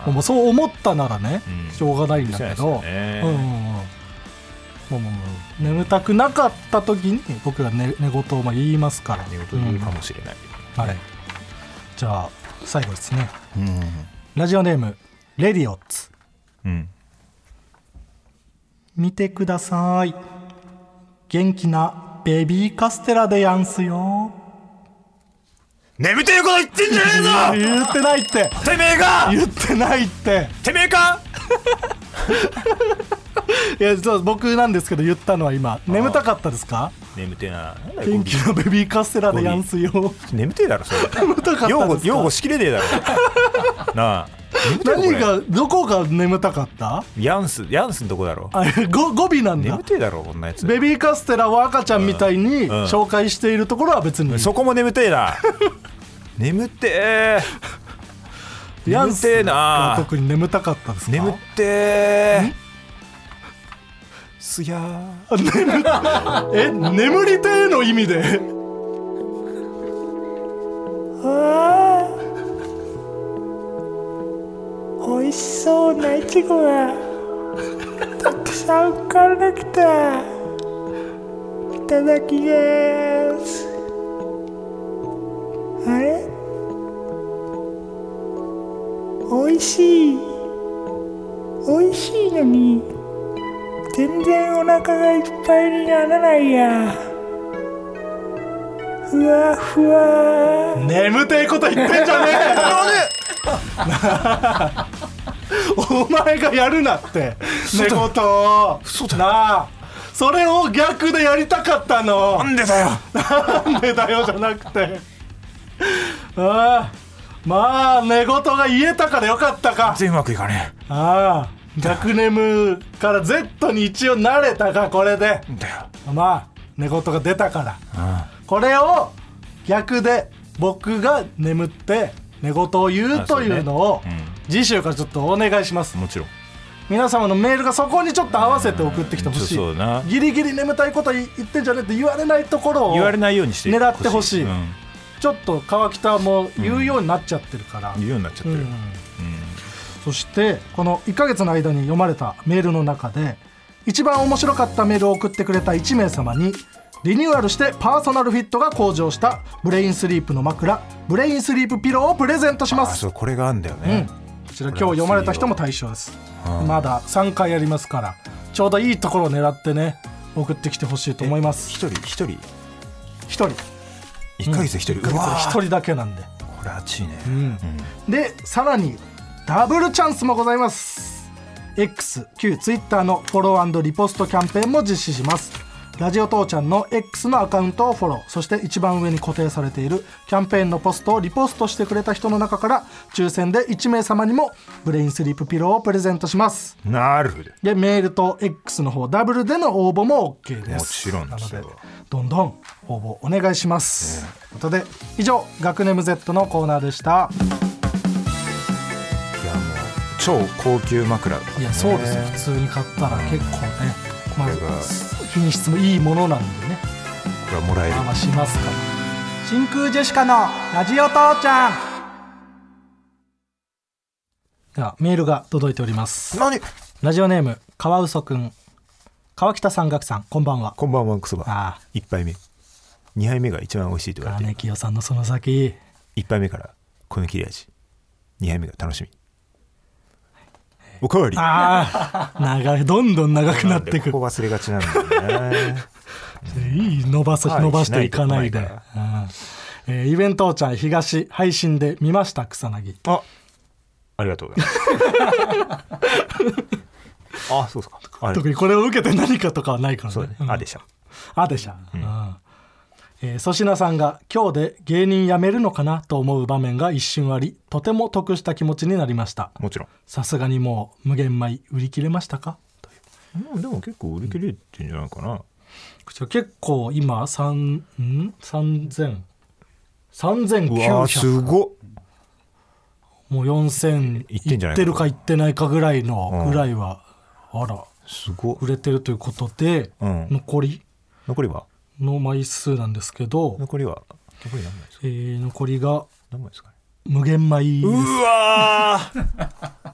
Speaker 2: な
Speaker 3: もうそう思ったならね、
Speaker 2: うん
Speaker 3: しょうがないんだけ
Speaker 2: そ
Speaker 3: ど
Speaker 2: うですよね
Speaker 3: うんうんうんもうもうもう眠たくなかった時に僕が、ね、寝言をまあ言いますから
Speaker 2: 寝言言うか
Speaker 3: うん
Speaker 2: もしれない
Speaker 3: はいじゃあ最後ですね
Speaker 2: うん
Speaker 3: ラジオネームレディオッツ
Speaker 2: うん
Speaker 3: 見てください元気なベビーカステラでやんすよ
Speaker 2: 眠てえこと言ってんじゃねえぞ
Speaker 3: 言って [LAUGHS] ないって
Speaker 2: てめえが
Speaker 3: 言ってないって
Speaker 2: てめえか
Speaker 3: いやそう僕なんですけど言ったのは今眠たかったですか
Speaker 2: 眠てえななんだよ
Speaker 3: 元気なベビーカステラでやんすよ [LAUGHS]
Speaker 2: 眠てえだろそれ
Speaker 3: 眠たかったですか
Speaker 2: 擁護擁護しきれねえだろ
Speaker 3: [LAUGHS]
Speaker 2: なあ眠てえのこ
Speaker 3: 何
Speaker 2: れ
Speaker 3: がどこが眠たかった
Speaker 2: ヤンスヤンスのとこだろ
Speaker 3: あれご語尾なんだ
Speaker 2: 眠てえだろこんなやつ
Speaker 3: ベビーカステラを赤ちゃんみたいに
Speaker 2: ん
Speaker 3: 紹介しているところは別にいい
Speaker 2: そこも眠てえな眠てえ
Speaker 3: ヤン
Speaker 2: 眠
Speaker 3: ス
Speaker 2: てえな
Speaker 3: 特に眠たかったですか
Speaker 2: 眠ってえすやー
Speaker 3: あ眠たえ眠りてえの意味で
Speaker 4: 美味しそうないちごがたくさん買われてきたいただきますあれ美味しい美味しいのに全然お腹がいっぱいにならないやふわふわ
Speaker 3: 眠てえこと言ってんじゃねえよお前がやるなって寝言をなあそれを逆でやりたかったの
Speaker 2: なんでだよ
Speaker 3: なんでだよじゃなくてああまあ寝言が言えたからよかったか
Speaker 2: 全然うまくいかね
Speaker 3: ああ逆ネムから Z に一応慣れたかこれで
Speaker 2: えんだよ
Speaker 3: まあ寝言が出たからこれを逆で僕が眠って寝言を言うというのを
Speaker 2: あそうね
Speaker 3: 次週からちょっとお願いします
Speaker 2: もちろん
Speaker 3: 皆様のメールがそこにちょっと合わせて送ってきてほしい
Speaker 2: うんそうだな
Speaker 3: ギリギリ眠たいこと言ってんじゃねえって言われないところを
Speaker 2: 言われないようにして
Speaker 3: 狙ってほしい
Speaker 2: うん
Speaker 3: ちょっと川北も言うようになっちゃってるから、
Speaker 2: 言うようになっちゃってる
Speaker 3: うんそしてこの1ヶ月の間に読まれたメールの中で一番面白かったメールを送ってくれた1名様にリニューアルしてパーソナルフィットが向上したブレインスリープの枕ブレインスリープピローをプレゼントしま
Speaker 2: あ
Speaker 3: す
Speaker 2: そうこれがあんだよ
Speaker 3: うん
Speaker 2: ね
Speaker 3: こちら今日読まれた人も対象ですまだ3回やりますからちょうどいいところを狙ってね送ってきてほしいと思います
Speaker 2: 一人一人
Speaker 3: 1人1
Speaker 2: 一ヶ月で一人うわー
Speaker 3: 人だけなんで
Speaker 2: これ熱いね
Speaker 3: でさらにダブルチャンスもございます X 旧 Twitter のフォローリポストキャンペーンも実施しますラジオ父ちゃんの X のアカウントをフォローそして一番上に固定されているキャンペーンのポストをリポストしてくれた人の中から抽選で1名様にもブレインスリープピローをプレゼントします
Speaker 2: なるほど
Speaker 3: でメールと X の方ダブルでの応募も OK で
Speaker 2: も
Speaker 3: す
Speaker 2: ちろんで
Speaker 3: なの
Speaker 2: す
Speaker 3: で
Speaker 2: よ
Speaker 3: どんどん応募お願いします、ということで以上「学ネム Z」のコーナーでした
Speaker 2: いやもう超高級枕だ
Speaker 3: いやそうですよ普通に買ったら結構ね、ま
Speaker 2: これが
Speaker 3: あ、品質もいいものなんでね
Speaker 2: これはもらえる
Speaker 3: まあまあしますから真空ジェシカのラジオ父ちゃんではメールが届いております
Speaker 2: 何
Speaker 3: ラジオネームカワウソくん川北さん岳さんこんばんは
Speaker 2: こんばんはクソバ
Speaker 3: あ
Speaker 2: 一杯目二杯目が一番美味しいと
Speaker 3: あ
Speaker 2: 言われて
Speaker 3: 金清さんのその先
Speaker 2: 一杯目からこの切れ味二杯目が楽しみおかわり
Speaker 3: ああ長いどんどん長くなってく
Speaker 2: ここ忘れがちなんだよね
Speaker 3: いい伸ばす、
Speaker 2: はい
Speaker 3: 伸ばしていかないで。
Speaker 2: し
Speaker 3: うん
Speaker 2: ないとこ
Speaker 3: えーイベントおちゃん東配信で見ました草薙
Speaker 2: [LAUGHS] あありがとうござい [LAUGHS] ますあそうですかあれ
Speaker 3: 特にこれを受けて何かとかはないからね
Speaker 2: そうだね
Speaker 3: うん
Speaker 2: あでした
Speaker 3: あでしゃうんえー粗品さんが今日で芸人辞めるのかなと思う場面が一瞬ありとても得した気持ちになりました
Speaker 2: もちろん
Speaker 3: さすがにもう無限米売り切れましたかという
Speaker 2: うんでも結構売り切れてんじゃないかな
Speaker 3: こちら結構今3ん3000 3900
Speaker 2: うわーすごっ
Speaker 3: もう4000
Speaker 2: いってんじゃな
Speaker 3: いっ
Speaker 2: いか
Speaker 3: てるかいってないかぐらいの
Speaker 2: うん
Speaker 3: ぐらいは、あら
Speaker 2: すごっ
Speaker 3: 売れてるということで、
Speaker 2: うん
Speaker 3: 残り
Speaker 2: 残りは
Speaker 3: の枚数なんですけど、
Speaker 2: 残りは残り何枚ですか
Speaker 3: えー残りが
Speaker 2: 何枚ですかね
Speaker 3: 無限米です
Speaker 2: うわー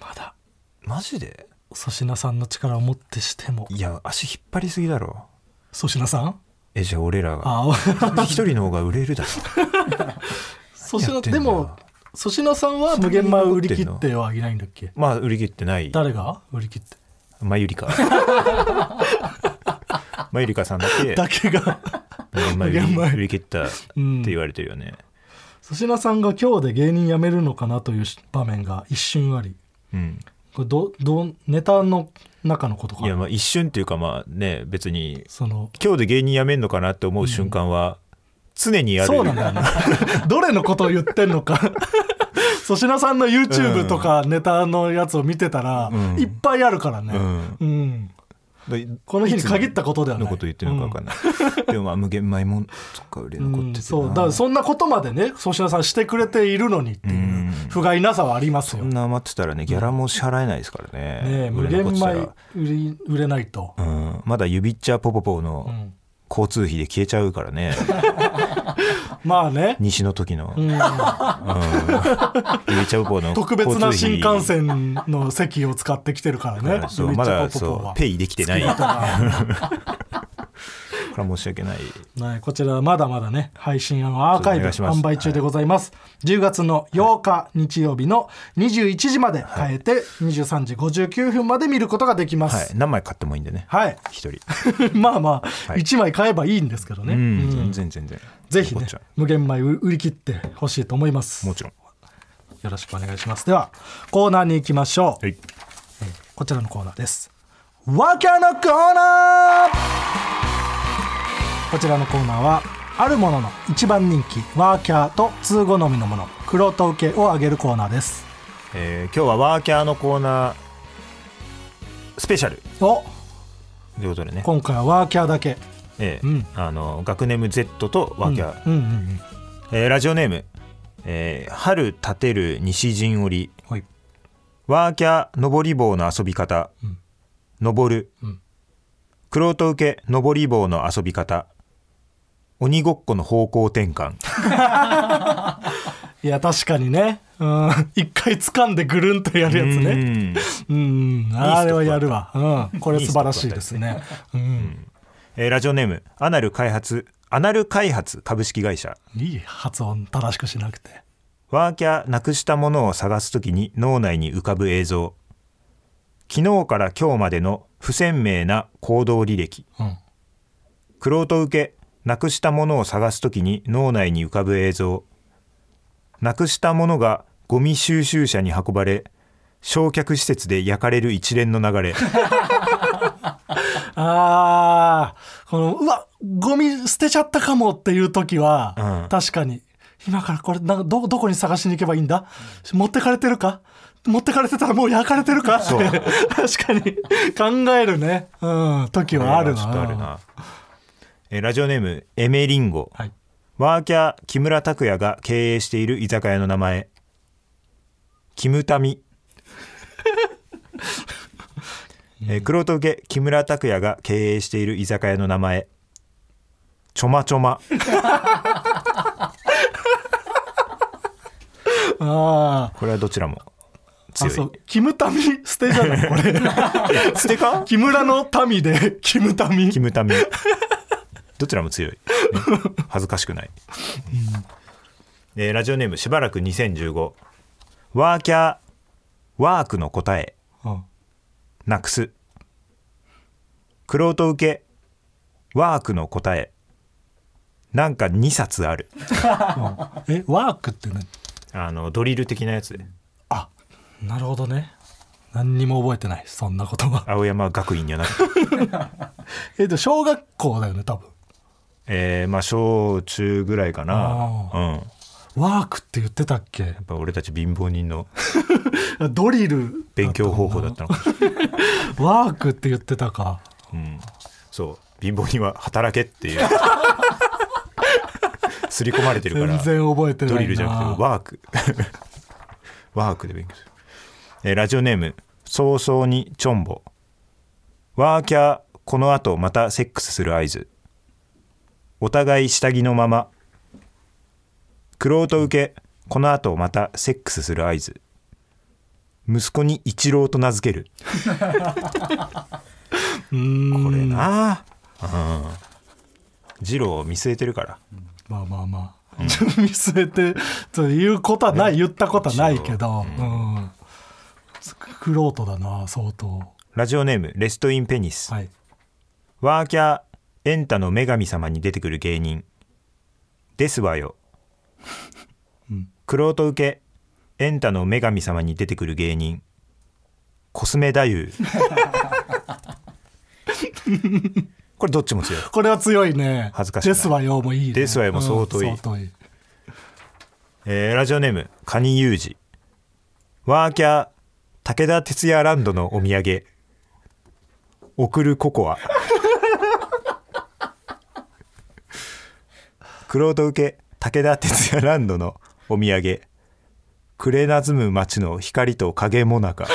Speaker 3: まだ
Speaker 2: マジで
Speaker 3: 粗品さんの力をもってしても
Speaker 2: いや足引っ張りすぎだろ
Speaker 3: 粗品さん
Speaker 2: えじゃあ俺らが
Speaker 3: ああ
Speaker 2: 一人の方が売れる [LAUGHS] だろ
Speaker 3: 粗
Speaker 2: や
Speaker 3: 品
Speaker 2: ってん
Speaker 3: で
Speaker 2: だ
Speaker 3: も粗品さんは無限米売り切ってはいないんだっけ
Speaker 2: まあ売り切ってない
Speaker 3: 誰が売り切って
Speaker 2: まゆり [LAUGHS] かまゆりかさんだけ
Speaker 3: だけ
Speaker 2: [LAUGHS]
Speaker 3: が
Speaker 2: まあ売り
Speaker 3: 無限前
Speaker 2: 売り切ったって言われてるよね、
Speaker 3: 粗品さんが今日で芸人辞めるのかなという場面が一瞬あり
Speaker 2: うん、
Speaker 3: これどどネタの中のことか
Speaker 2: いやまあ一瞬っていうかまあね別に
Speaker 3: その
Speaker 2: 今日で芸人辞めんのかなって思う瞬間は常にやる
Speaker 3: そうなんだ
Speaker 2: [LAUGHS]
Speaker 3: よねどれのことを言ってんのか [LAUGHS] 粗品さんの YouTube とかネタのやつを見てたら、
Speaker 2: ん
Speaker 3: いっぱいあるからね、
Speaker 2: うん
Speaker 3: うん
Speaker 2: だ
Speaker 3: この日に限ったことではない
Speaker 2: のこと言ってるのか分かんない、でもまあ無限米もんとか売れ残っててな、
Speaker 3: うんそうだからそんなことまでね粗品さんしてくれているのにっていう不甲斐なさはありますよ、
Speaker 2: そんな余ってたらねギャラも支払えないですからね,、
Speaker 3: ねえ無
Speaker 2: 売れ
Speaker 3: 限
Speaker 2: 残ってたら
Speaker 3: 米売り売れないと、
Speaker 2: うん、まだ指っちゃポポポ
Speaker 3: う
Speaker 2: の
Speaker 3: ん
Speaker 2: 交通費で消えちゃうから
Speaker 3: [LAUGHS]
Speaker 2: ね、
Speaker 3: まあね、
Speaker 2: 西の時の、
Speaker 3: [LAUGHS] うん
Speaker 2: 指っちゃポポの
Speaker 3: 特別な新幹
Speaker 2: 交通費
Speaker 3: 線の席を使ってきてるからね
Speaker 2: そう
Speaker 3: ゆり
Speaker 2: ま
Speaker 3: ちゃ
Speaker 2: だ
Speaker 3: ぽぽぽ
Speaker 2: そ
Speaker 3: は
Speaker 2: うペイできて
Speaker 3: [LAUGHS]
Speaker 2: ない
Speaker 3: だ
Speaker 2: か
Speaker 3: から
Speaker 2: 申し訳ない
Speaker 3: らねこちらまだまだね配信アーカ
Speaker 2: お
Speaker 3: イブ
Speaker 2: 願いします
Speaker 3: 販売中でございます、10月の8日日曜日の21時まで変えて、23時59分まで見ることができま
Speaker 2: はい
Speaker 3: す
Speaker 2: 何枚買ってもいいんでね
Speaker 3: はい、
Speaker 2: 一人
Speaker 3: [LAUGHS] まあまあ、
Speaker 2: はい
Speaker 3: 1枚買えばいいんですけどね、
Speaker 2: うん、
Speaker 3: うん
Speaker 2: 全然全然
Speaker 3: ぜひ
Speaker 2: ポ
Speaker 3: ね
Speaker 2: ポちゃん
Speaker 3: 無限米売り切ってほしいと思います
Speaker 2: もちろん
Speaker 3: よろしくお願いしますではコーナーに行きましょう、
Speaker 2: はい
Speaker 3: こちらのコーナーです。ワキャのコーナーこちらのコーナーは、あるものの一番人気、ワーキャーと通好みのもの、クロト受けをあげるコーナーです。
Speaker 2: えー今日はワーキャーのコーナースペシャル
Speaker 3: お
Speaker 2: ということでね、
Speaker 3: 今回はワーキャーだけ。
Speaker 2: ええ
Speaker 3: うん
Speaker 2: あの学ネーム Z とワーキャー、
Speaker 3: うんうんうん。
Speaker 2: えーラジオネーム、えー春立てる西陣織
Speaker 3: はい。
Speaker 2: ワーキャー上り棒の遊び方、
Speaker 3: うん
Speaker 2: 登る、
Speaker 3: うん
Speaker 2: クロート受け上り棒の遊び方鬼ごっこの方向転換
Speaker 3: いや、確かにね。うん。一回掴んでぐるんとやるやつ
Speaker 2: う
Speaker 3: ね。
Speaker 2: ん
Speaker 3: うん。あれはやるわ。うん。これ素晴らしいですね。うん。
Speaker 2: えーラジオネームアナル開発アナル開発株式会社
Speaker 3: いい発音正しくしなくて。
Speaker 2: ワーキャーなくしたものを探すときに脳内に浮かぶ映像昨日から今日までの不鮮明な行動履歴
Speaker 3: うん。
Speaker 2: クロート受けなくしたものを探すときに脳内に浮かぶ映像なくしたものがゴミ収集車に運ばれ焼却施設で焼かれる一連の流れ
Speaker 3: ああ、この、うわ、ゴミ捨てちゃったかもっていう時は、
Speaker 2: うん
Speaker 3: 確かに、今からこれ、なんかど、どこに探しに行けばいいんだ持ってかれてるか持ってかれてたらもう焼かれてるかって、 [LAUGHS]
Speaker 2: そう
Speaker 3: 確かに考えるね、うん、時はある
Speaker 2: ち
Speaker 3: な。
Speaker 2: ょっとあるなえーラジオネームエメリンゴ、
Speaker 3: はい。
Speaker 2: ワーキャー木村拓哉が経営している居酒屋の名前キムタミえー、黒受け木村拓哉が経営している居酒屋の名前ちょまちょま
Speaker 3: あ
Speaker 2: これはどちらも
Speaker 3: あ、あ、
Speaker 2: 強い
Speaker 3: そう、キムタミ捨てじゃない
Speaker 2: [LAUGHS]
Speaker 3: これ。
Speaker 2: 捨て [LAUGHS] か
Speaker 3: 木村の民で、キムタミ
Speaker 2: キ。ムタミどちらも強い、ね恥ずかしくない、えーラジオネームしばらく2015ワーキャーワークの答え
Speaker 3: うん
Speaker 2: なくすクロート受けワークの答えなんか2冊ある
Speaker 3: え、ワークってね、
Speaker 2: あのドリル的なやつで
Speaker 3: あ、なるほどね。何にも覚えてない、そんなことは。 [LAUGHS]
Speaker 2: 青山学院にはなくて、
Speaker 3: えっと、小学校だよね、多分。
Speaker 2: えーまあ小中ぐらいかな
Speaker 3: あ
Speaker 2: うんや
Speaker 3: ワークって言ってたっけ
Speaker 2: っぱ俺たち貧乏人の
Speaker 3: ドリル。
Speaker 2: 勉強方法だったのかもしれない
Speaker 3: ワークって言ってたか。
Speaker 2: うん、そう貧乏には働けって [LAUGHS] いう刷り込まれてるか
Speaker 3: 全
Speaker 2: ら
Speaker 3: 然覚えてないな。
Speaker 2: ドリルじゃなくてワークワークで勉強する、えーラジオネーム「早々にチョンボ」「ワーキャーこの後またセックスする合図」「お互い下着のまま」「クロート受けこの後またセックスする合図」息子に一郎と名付け [LAUGHS] る
Speaker 3: うーん
Speaker 2: これなうん二郎を見据えてるから
Speaker 3: まあまあまあ。見据えて、ということはない、言ったことはないけど。うん。クロートだな、相当。
Speaker 2: ラジオネームレストインペニス、
Speaker 3: はい。
Speaker 2: ワーキャーエンタの女神様に出てくる芸人ですわよクロート受けエンタの女神様に出てくる芸人コスメ太夫これどっちも強い
Speaker 3: これは強いね
Speaker 2: 恥ずかしくない
Speaker 3: ですわよもいい、ね、
Speaker 2: ですわよも相当いい
Speaker 3: うん相当いい
Speaker 2: えーラジオネームカニユージワーキャー武田鉄矢ランドのお土産送るココア [LAUGHS] クロート受け武田鉄矢ランドのお土産くれなずむ街の光と影もなか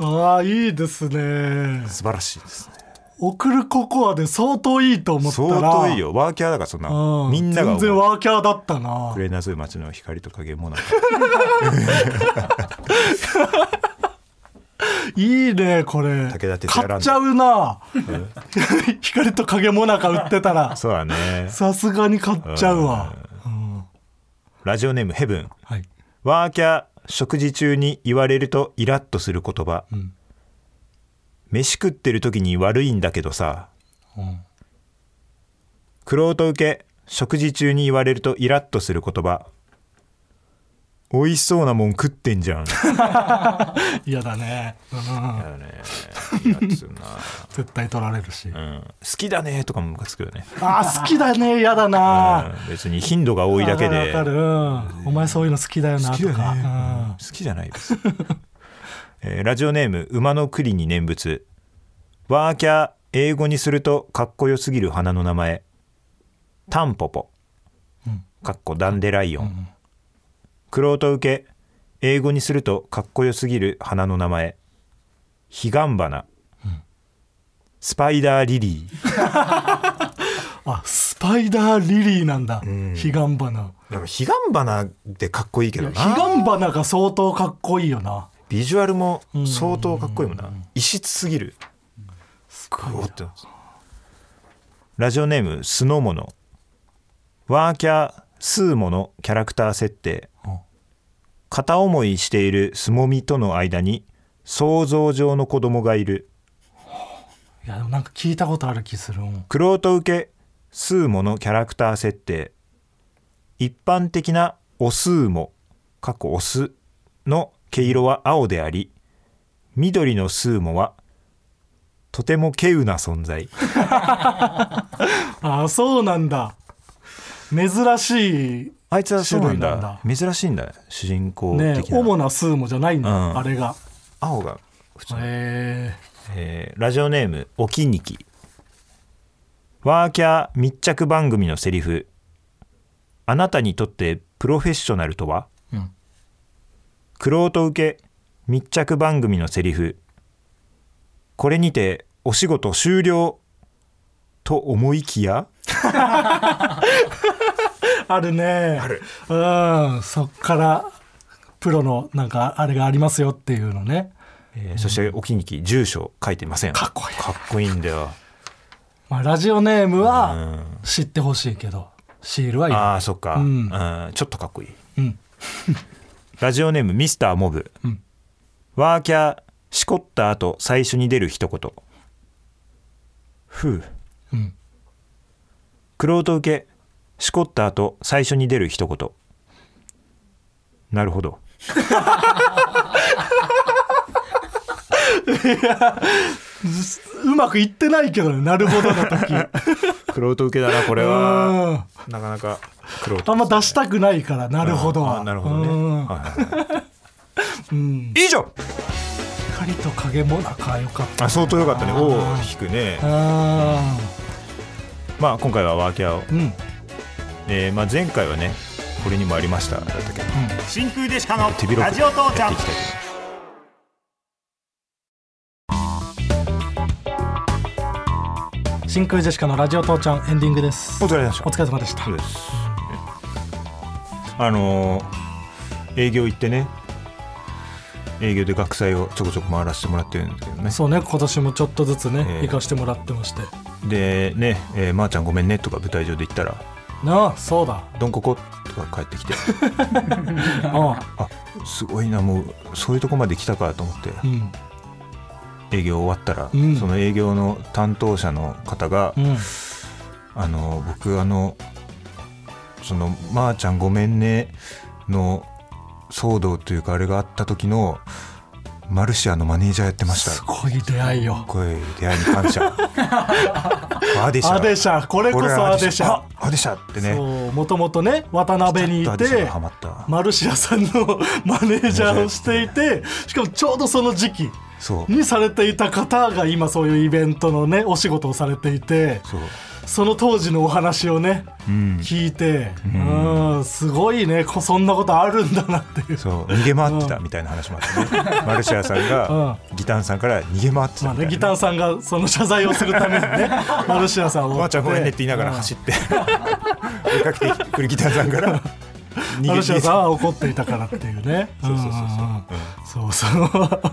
Speaker 3: ああいいですね
Speaker 2: 素晴らしいですね
Speaker 3: 送るココアで相当いいと思ったら
Speaker 2: 相当いいよワーキャーだからそんな
Speaker 3: う
Speaker 2: みんなが
Speaker 3: 全然
Speaker 2: 思う
Speaker 3: ワーキャーだったな
Speaker 2: くれなずむ街の光と影もなか
Speaker 3: いいねこれ
Speaker 2: 武田鉄矢ランド
Speaker 3: 買っちゃうな [LAUGHS] 光と影もなか売ってた
Speaker 2: [LAUGHS]
Speaker 3: ら
Speaker 2: そうだね
Speaker 3: さすがに買っちゃうわ
Speaker 2: ラジオネームヘブン
Speaker 3: はい
Speaker 2: ワーキャー食事中に言われるとイラッとする言葉、
Speaker 3: ん
Speaker 2: 飯食ってる時に悪いんだけどさ
Speaker 3: うん
Speaker 2: くろうと受け食事中に言われるとイラッとする言葉美味しそうなもん食ってんじゃん
Speaker 3: [LAUGHS] 嫌だね、うん、
Speaker 2: イラッとするな
Speaker 3: 絶対取られるし、
Speaker 2: うん、好きだねとかもムカつくよね、
Speaker 3: あー好きだね嫌だな、
Speaker 2: うん別に頻度が多いだけで
Speaker 3: わかるわかる、うん、お前そういうの好きだよな
Speaker 2: 好き
Speaker 3: と
Speaker 2: だ
Speaker 3: か、
Speaker 2: ね、うん好きじゃないです、 [LAUGHS] えーラジオネーム馬の栗に念仏ワーキャー英語にするとかっこよすぎる花の名前タンポポかっこダンデライオンクロート受け英語にするとかっこよすぎる花の名前ヒガンバナスパイダーリリー
Speaker 3: うん、あスパイダーリリーなんだ、ヒガンバナ
Speaker 2: でもヒガンバナってかっこいいけど
Speaker 3: ヒガンバナが相当かっこいいよな
Speaker 2: ビジュアルも相当かっこいいもんな異質すぎるグオってなるラジオネームスノモノワーキャースーモのキャラクター設定
Speaker 3: うん
Speaker 2: 片思いしているすもみとの間に想像上の子供がいる
Speaker 3: いやでもなんか聞いたことある気するうん
Speaker 2: クロート受けスーモのキャラクター設定一般的なオスーモ過去オスの毛色は青であり緑のスーモはとても稀有な存在
Speaker 3: あそうなんだ珍しい
Speaker 2: あいつはそうなんだ
Speaker 3: 種類なん
Speaker 2: 珍しいんだ主人公
Speaker 3: ね
Speaker 2: 的な、
Speaker 3: 主なスーモじゃないんだ、
Speaker 2: うん
Speaker 3: あれが
Speaker 2: 青が普通、
Speaker 3: へ
Speaker 2: えーラジオネームおきにきワーキャー密着番組のセリフあなたにとってプロフェッショナルとは
Speaker 3: え、うん、
Speaker 2: クロート受け密着番組のセリフこれにてお仕事終了と思いきや
Speaker 3: あるねあ
Speaker 2: る
Speaker 3: うんそっからプロのなんかあれがありますよっていうのね
Speaker 2: えーそしておきにき住所書いてません
Speaker 3: かっこいい
Speaker 2: かっこいいんだよ
Speaker 3: まあ、ラジオネームは
Speaker 2: ん
Speaker 3: 知ってほしいけど、シールはいい。
Speaker 2: ああそっか、
Speaker 3: うん
Speaker 2: うんちょっとかっこいい
Speaker 3: うん。
Speaker 2: [LAUGHS] ラジオネームミスターモブ、
Speaker 3: ん
Speaker 2: ワーキャーしこった後最初に出る一言ふう
Speaker 3: うん。
Speaker 2: クロート受けしこった後最初に出る一言なるほど
Speaker 3: うまくいってないけどね、なるほどの時。
Speaker 2: クロート受けだなこれ
Speaker 3: [LAUGHS]
Speaker 2: [LAUGHS]
Speaker 3: う
Speaker 2: は
Speaker 3: ん。
Speaker 2: なかなかクロー
Speaker 3: あ
Speaker 2: ト
Speaker 3: んま出したくないから、なるほどは。
Speaker 2: あなるほどね
Speaker 3: うん
Speaker 2: はいはいはい [LAUGHS]
Speaker 3: うん。
Speaker 2: 以上
Speaker 3: 光と影もなかよかった。
Speaker 2: あ相当良かったねおお引くね
Speaker 3: あ
Speaker 2: まあ今回はワーキャーを
Speaker 3: ーうん。
Speaker 2: えーまあ、前回はねこれにもありましただったけど、
Speaker 5: 真空ジェシカの
Speaker 2: 手広くや
Speaker 5: ラ
Speaker 2: ってい
Speaker 5: ジオ父
Speaker 2: き
Speaker 5: ちゃ
Speaker 2: た
Speaker 5: ん
Speaker 2: いと思います
Speaker 3: 真空ジェシカのラジオ父ちゃんエンディングです。
Speaker 2: お疲れ様でした
Speaker 3: お疲れ様でした。
Speaker 2: そうです。あのー営業行ってね、営業で学祭をちょこちょこ回らせてもらってるんですけどね。
Speaker 3: そうね、今年もちょっとずつね、
Speaker 2: ええ
Speaker 3: 行かしてもらってまして。
Speaker 2: でね、えーまー、ちゃんごめんねとか舞台上で言ったら、
Speaker 3: なあ、そう
Speaker 2: [LAUGHS]
Speaker 3: だ。
Speaker 2: どんこことか帰って
Speaker 3: [LAUGHS]
Speaker 2: きて、
Speaker 3: う
Speaker 2: あすごいな、もうそういうとこまで来たかと思って、
Speaker 3: ん。うん。
Speaker 2: 営業終わったら、
Speaker 3: うん
Speaker 2: その営業の担当者の方が、
Speaker 3: うん。
Speaker 2: あの僕あのその「まー、ちゃんごめんね」の騒動というかあれがあった時のマルシアのマネージャーやってました
Speaker 3: すごい出会いよ
Speaker 2: こういう出会いに感
Speaker 3: [LAUGHS]
Speaker 2: 謝アデシャ
Speaker 3: アデシャこれこ
Speaker 2: 俺
Speaker 3: そ
Speaker 2: は
Speaker 3: アデシャ
Speaker 2: あアデシャってね
Speaker 3: そうもともとね渡辺にい
Speaker 2: ピタッとアデシャ
Speaker 3: て
Speaker 2: がハマった
Speaker 3: マルシアさんのマネージャーをしていてしかもちょうどその時期
Speaker 2: そう
Speaker 3: にされていた方が今そういうイベントのねお仕事をされていて
Speaker 2: そう
Speaker 3: その当時のお話をね、
Speaker 2: ん
Speaker 3: 聞いて、うんすごいねこそんなことあるんだなっていう
Speaker 2: そう逃げ回ってたみたいな話もあってね、マルシアさんが、ギタンさんから逃げ回ってた
Speaker 3: まあ
Speaker 2: みたいなね、
Speaker 3: ね、ギターさんがその謝罪をするために
Speaker 2: [LAUGHS]
Speaker 3: ねマルシアさんを追って
Speaker 2: まーちゃんごめんねって言いながら走
Speaker 3: [LAUGHS]
Speaker 2: って、追いかけてくるギターさんから逃げ
Speaker 3: マルシアさん
Speaker 2: 逃
Speaker 3: は怒っていたからっていうね
Speaker 2: そうそうそうそう
Speaker 3: うんうんうんそうそ
Speaker 2: [LAUGHS]
Speaker 3: う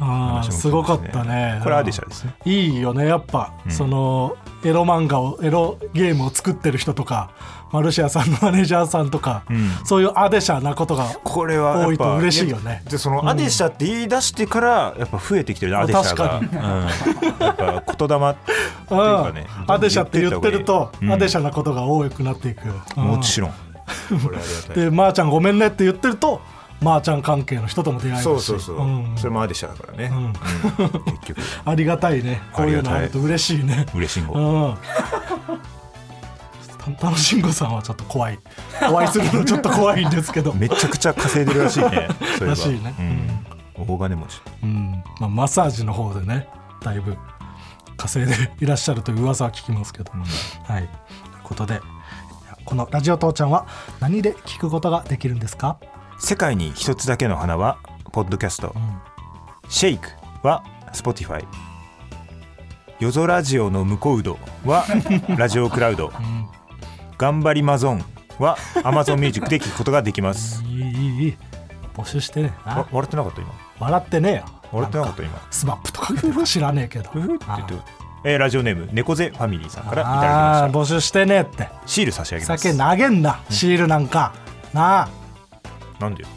Speaker 3: あ
Speaker 2: げ
Speaker 3: ー
Speaker 2: て
Speaker 3: すごかったね
Speaker 2: これアデシャですね
Speaker 3: いいよねやっぱ、そのエロ漫画をエロゲームを作ってる人とかマルシアさんのマネージャーさんとか、
Speaker 2: ん
Speaker 3: そういうアデシャなことが
Speaker 2: これはや
Speaker 3: 多
Speaker 2: っ
Speaker 3: いと
Speaker 2: ぱ
Speaker 3: 嬉しいよね
Speaker 2: でそのアデシャって言い出してからやっぱ増えてきてるねアデシャが、うん、やっぱ言霊っていう
Speaker 3: うん
Speaker 2: かね、
Speaker 3: アデシャって言ってると、
Speaker 2: うん
Speaker 3: アデシャなことが多くなっていく、うん
Speaker 2: もちろんこれありがたい
Speaker 3: で「まー、ちゃんごめんね」って言ってるとまー、ちゃん関係の人とも出会えるし
Speaker 2: そうそうそう、
Speaker 3: ん
Speaker 2: それもアデシャだからね、うん結局
Speaker 3: ありがたいねこういうのあ
Speaker 2: あり
Speaker 3: る
Speaker 2: がた
Speaker 3: と
Speaker 2: い
Speaker 3: 嬉しいね
Speaker 2: 嬉しんご、
Speaker 3: うんた楽しんごさんはちょっと怖いお会いするのちょっと怖いんですけど、
Speaker 2: めちゃくちゃ稼いでるらしい
Speaker 3: [LAUGHS]
Speaker 2: ねそういえば
Speaker 3: らしいね
Speaker 2: うん、大金持ち
Speaker 3: うんまあ、マッサージの方でねだいぶ稼いでいらっしゃるという噂は聞きますけど、はいということでこの「ラジオ父ちゃん」は何で聞くことができるんですか
Speaker 2: 世界に一つだけの花はポッドキャスト、シェイクは Spotify 夜空ラジオの向こうどはラジオクラ
Speaker 3: [LAUGHS]
Speaker 2: ウド、頑張りマゾンは Amazon ミュージックで聞くことができます
Speaker 3: いいいいいい募集してね
Speaker 2: わ
Speaker 3: あ
Speaker 2: 笑ってなかった今
Speaker 3: 笑ってねえよ
Speaker 2: 笑ってなかった今
Speaker 3: スマップとか知らねえけど
Speaker 2: ふふって言ってえーラジオネーム猫背ファミリーさんからいただ
Speaker 3: ああ
Speaker 2: きま
Speaker 3: 募集してねえって
Speaker 2: したシール差し上げます
Speaker 3: 酒投げんなシールなんかなあ
Speaker 2: なんでよ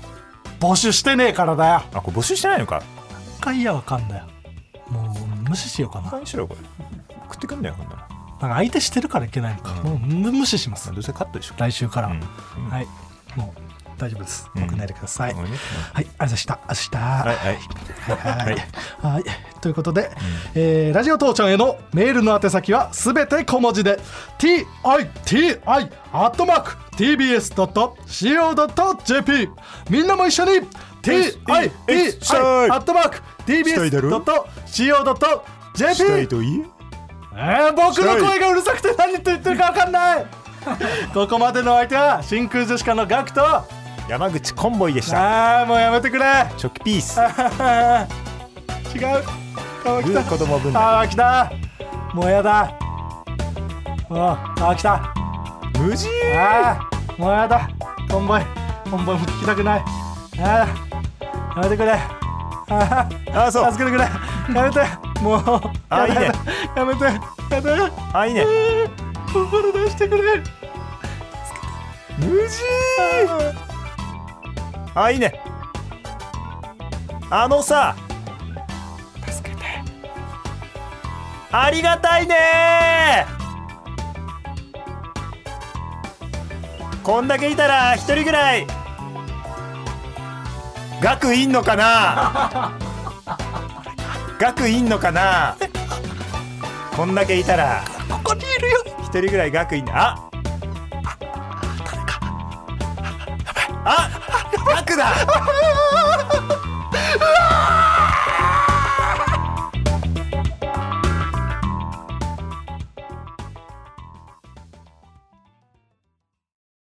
Speaker 3: 募集してねえからだよ
Speaker 2: あこれ募集してないのか
Speaker 3: 一回やわかんだよもう無視しようかななんか
Speaker 2: 何しろよこれ食ってくんだよこんなの
Speaker 3: 相手してるからいけないのか、もうむ無視します
Speaker 2: どうせカットでしょ
Speaker 3: 来週からは、
Speaker 2: うんうん
Speaker 3: はいもう大丈夫です
Speaker 2: ん
Speaker 3: 僕ないでください、
Speaker 2: ごめんねうん
Speaker 3: はい、ありがとうございました。明日。
Speaker 2: はいはい
Speaker 3: はい
Speaker 2: はい
Speaker 3: はいということで、えーラジオ父ちゃんへのメールの宛先はすべて小文字で TITI アットマーク TBS.CO.JP みんなも一緒に TITI
Speaker 2: したい
Speaker 3: アットマーク
Speaker 2: したいだろ
Speaker 3: TBS.CO.JP
Speaker 2: といい
Speaker 3: えー、僕の声がうるさくて何と言ってるか分かんない [LAUGHS] ここまでのお相手は真空ジェシカのガクトあ
Speaker 2: 山口コンボイでした
Speaker 3: ーもうやめてくれ
Speaker 2: 初期ピー
Speaker 3: [LAUGHS]
Speaker 2: ス
Speaker 3: あー違う川
Speaker 2: グ
Speaker 3: 北
Speaker 2: ー子供分
Speaker 3: あー来たもうやだあーあー来た
Speaker 2: 無事
Speaker 3: あーもうやだコンボイコンボイも聞きたくないあーやめてくれあ
Speaker 2: あそ
Speaker 3: ー
Speaker 2: う
Speaker 3: 助けてくれやめてもう
Speaker 2: あーいいね
Speaker 3: やめてやめてやめて
Speaker 2: あいいね
Speaker 3: 心出してくれ
Speaker 2: 無事あいいねあのさ
Speaker 3: 助けて
Speaker 2: ありがたいねこんだけいたら一人ぐらい額いんのかな額いんのかなこんだけいたら
Speaker 3: ここにいるよ
Speaker 2: 一人ぐらい学院でああ誰かあ学だ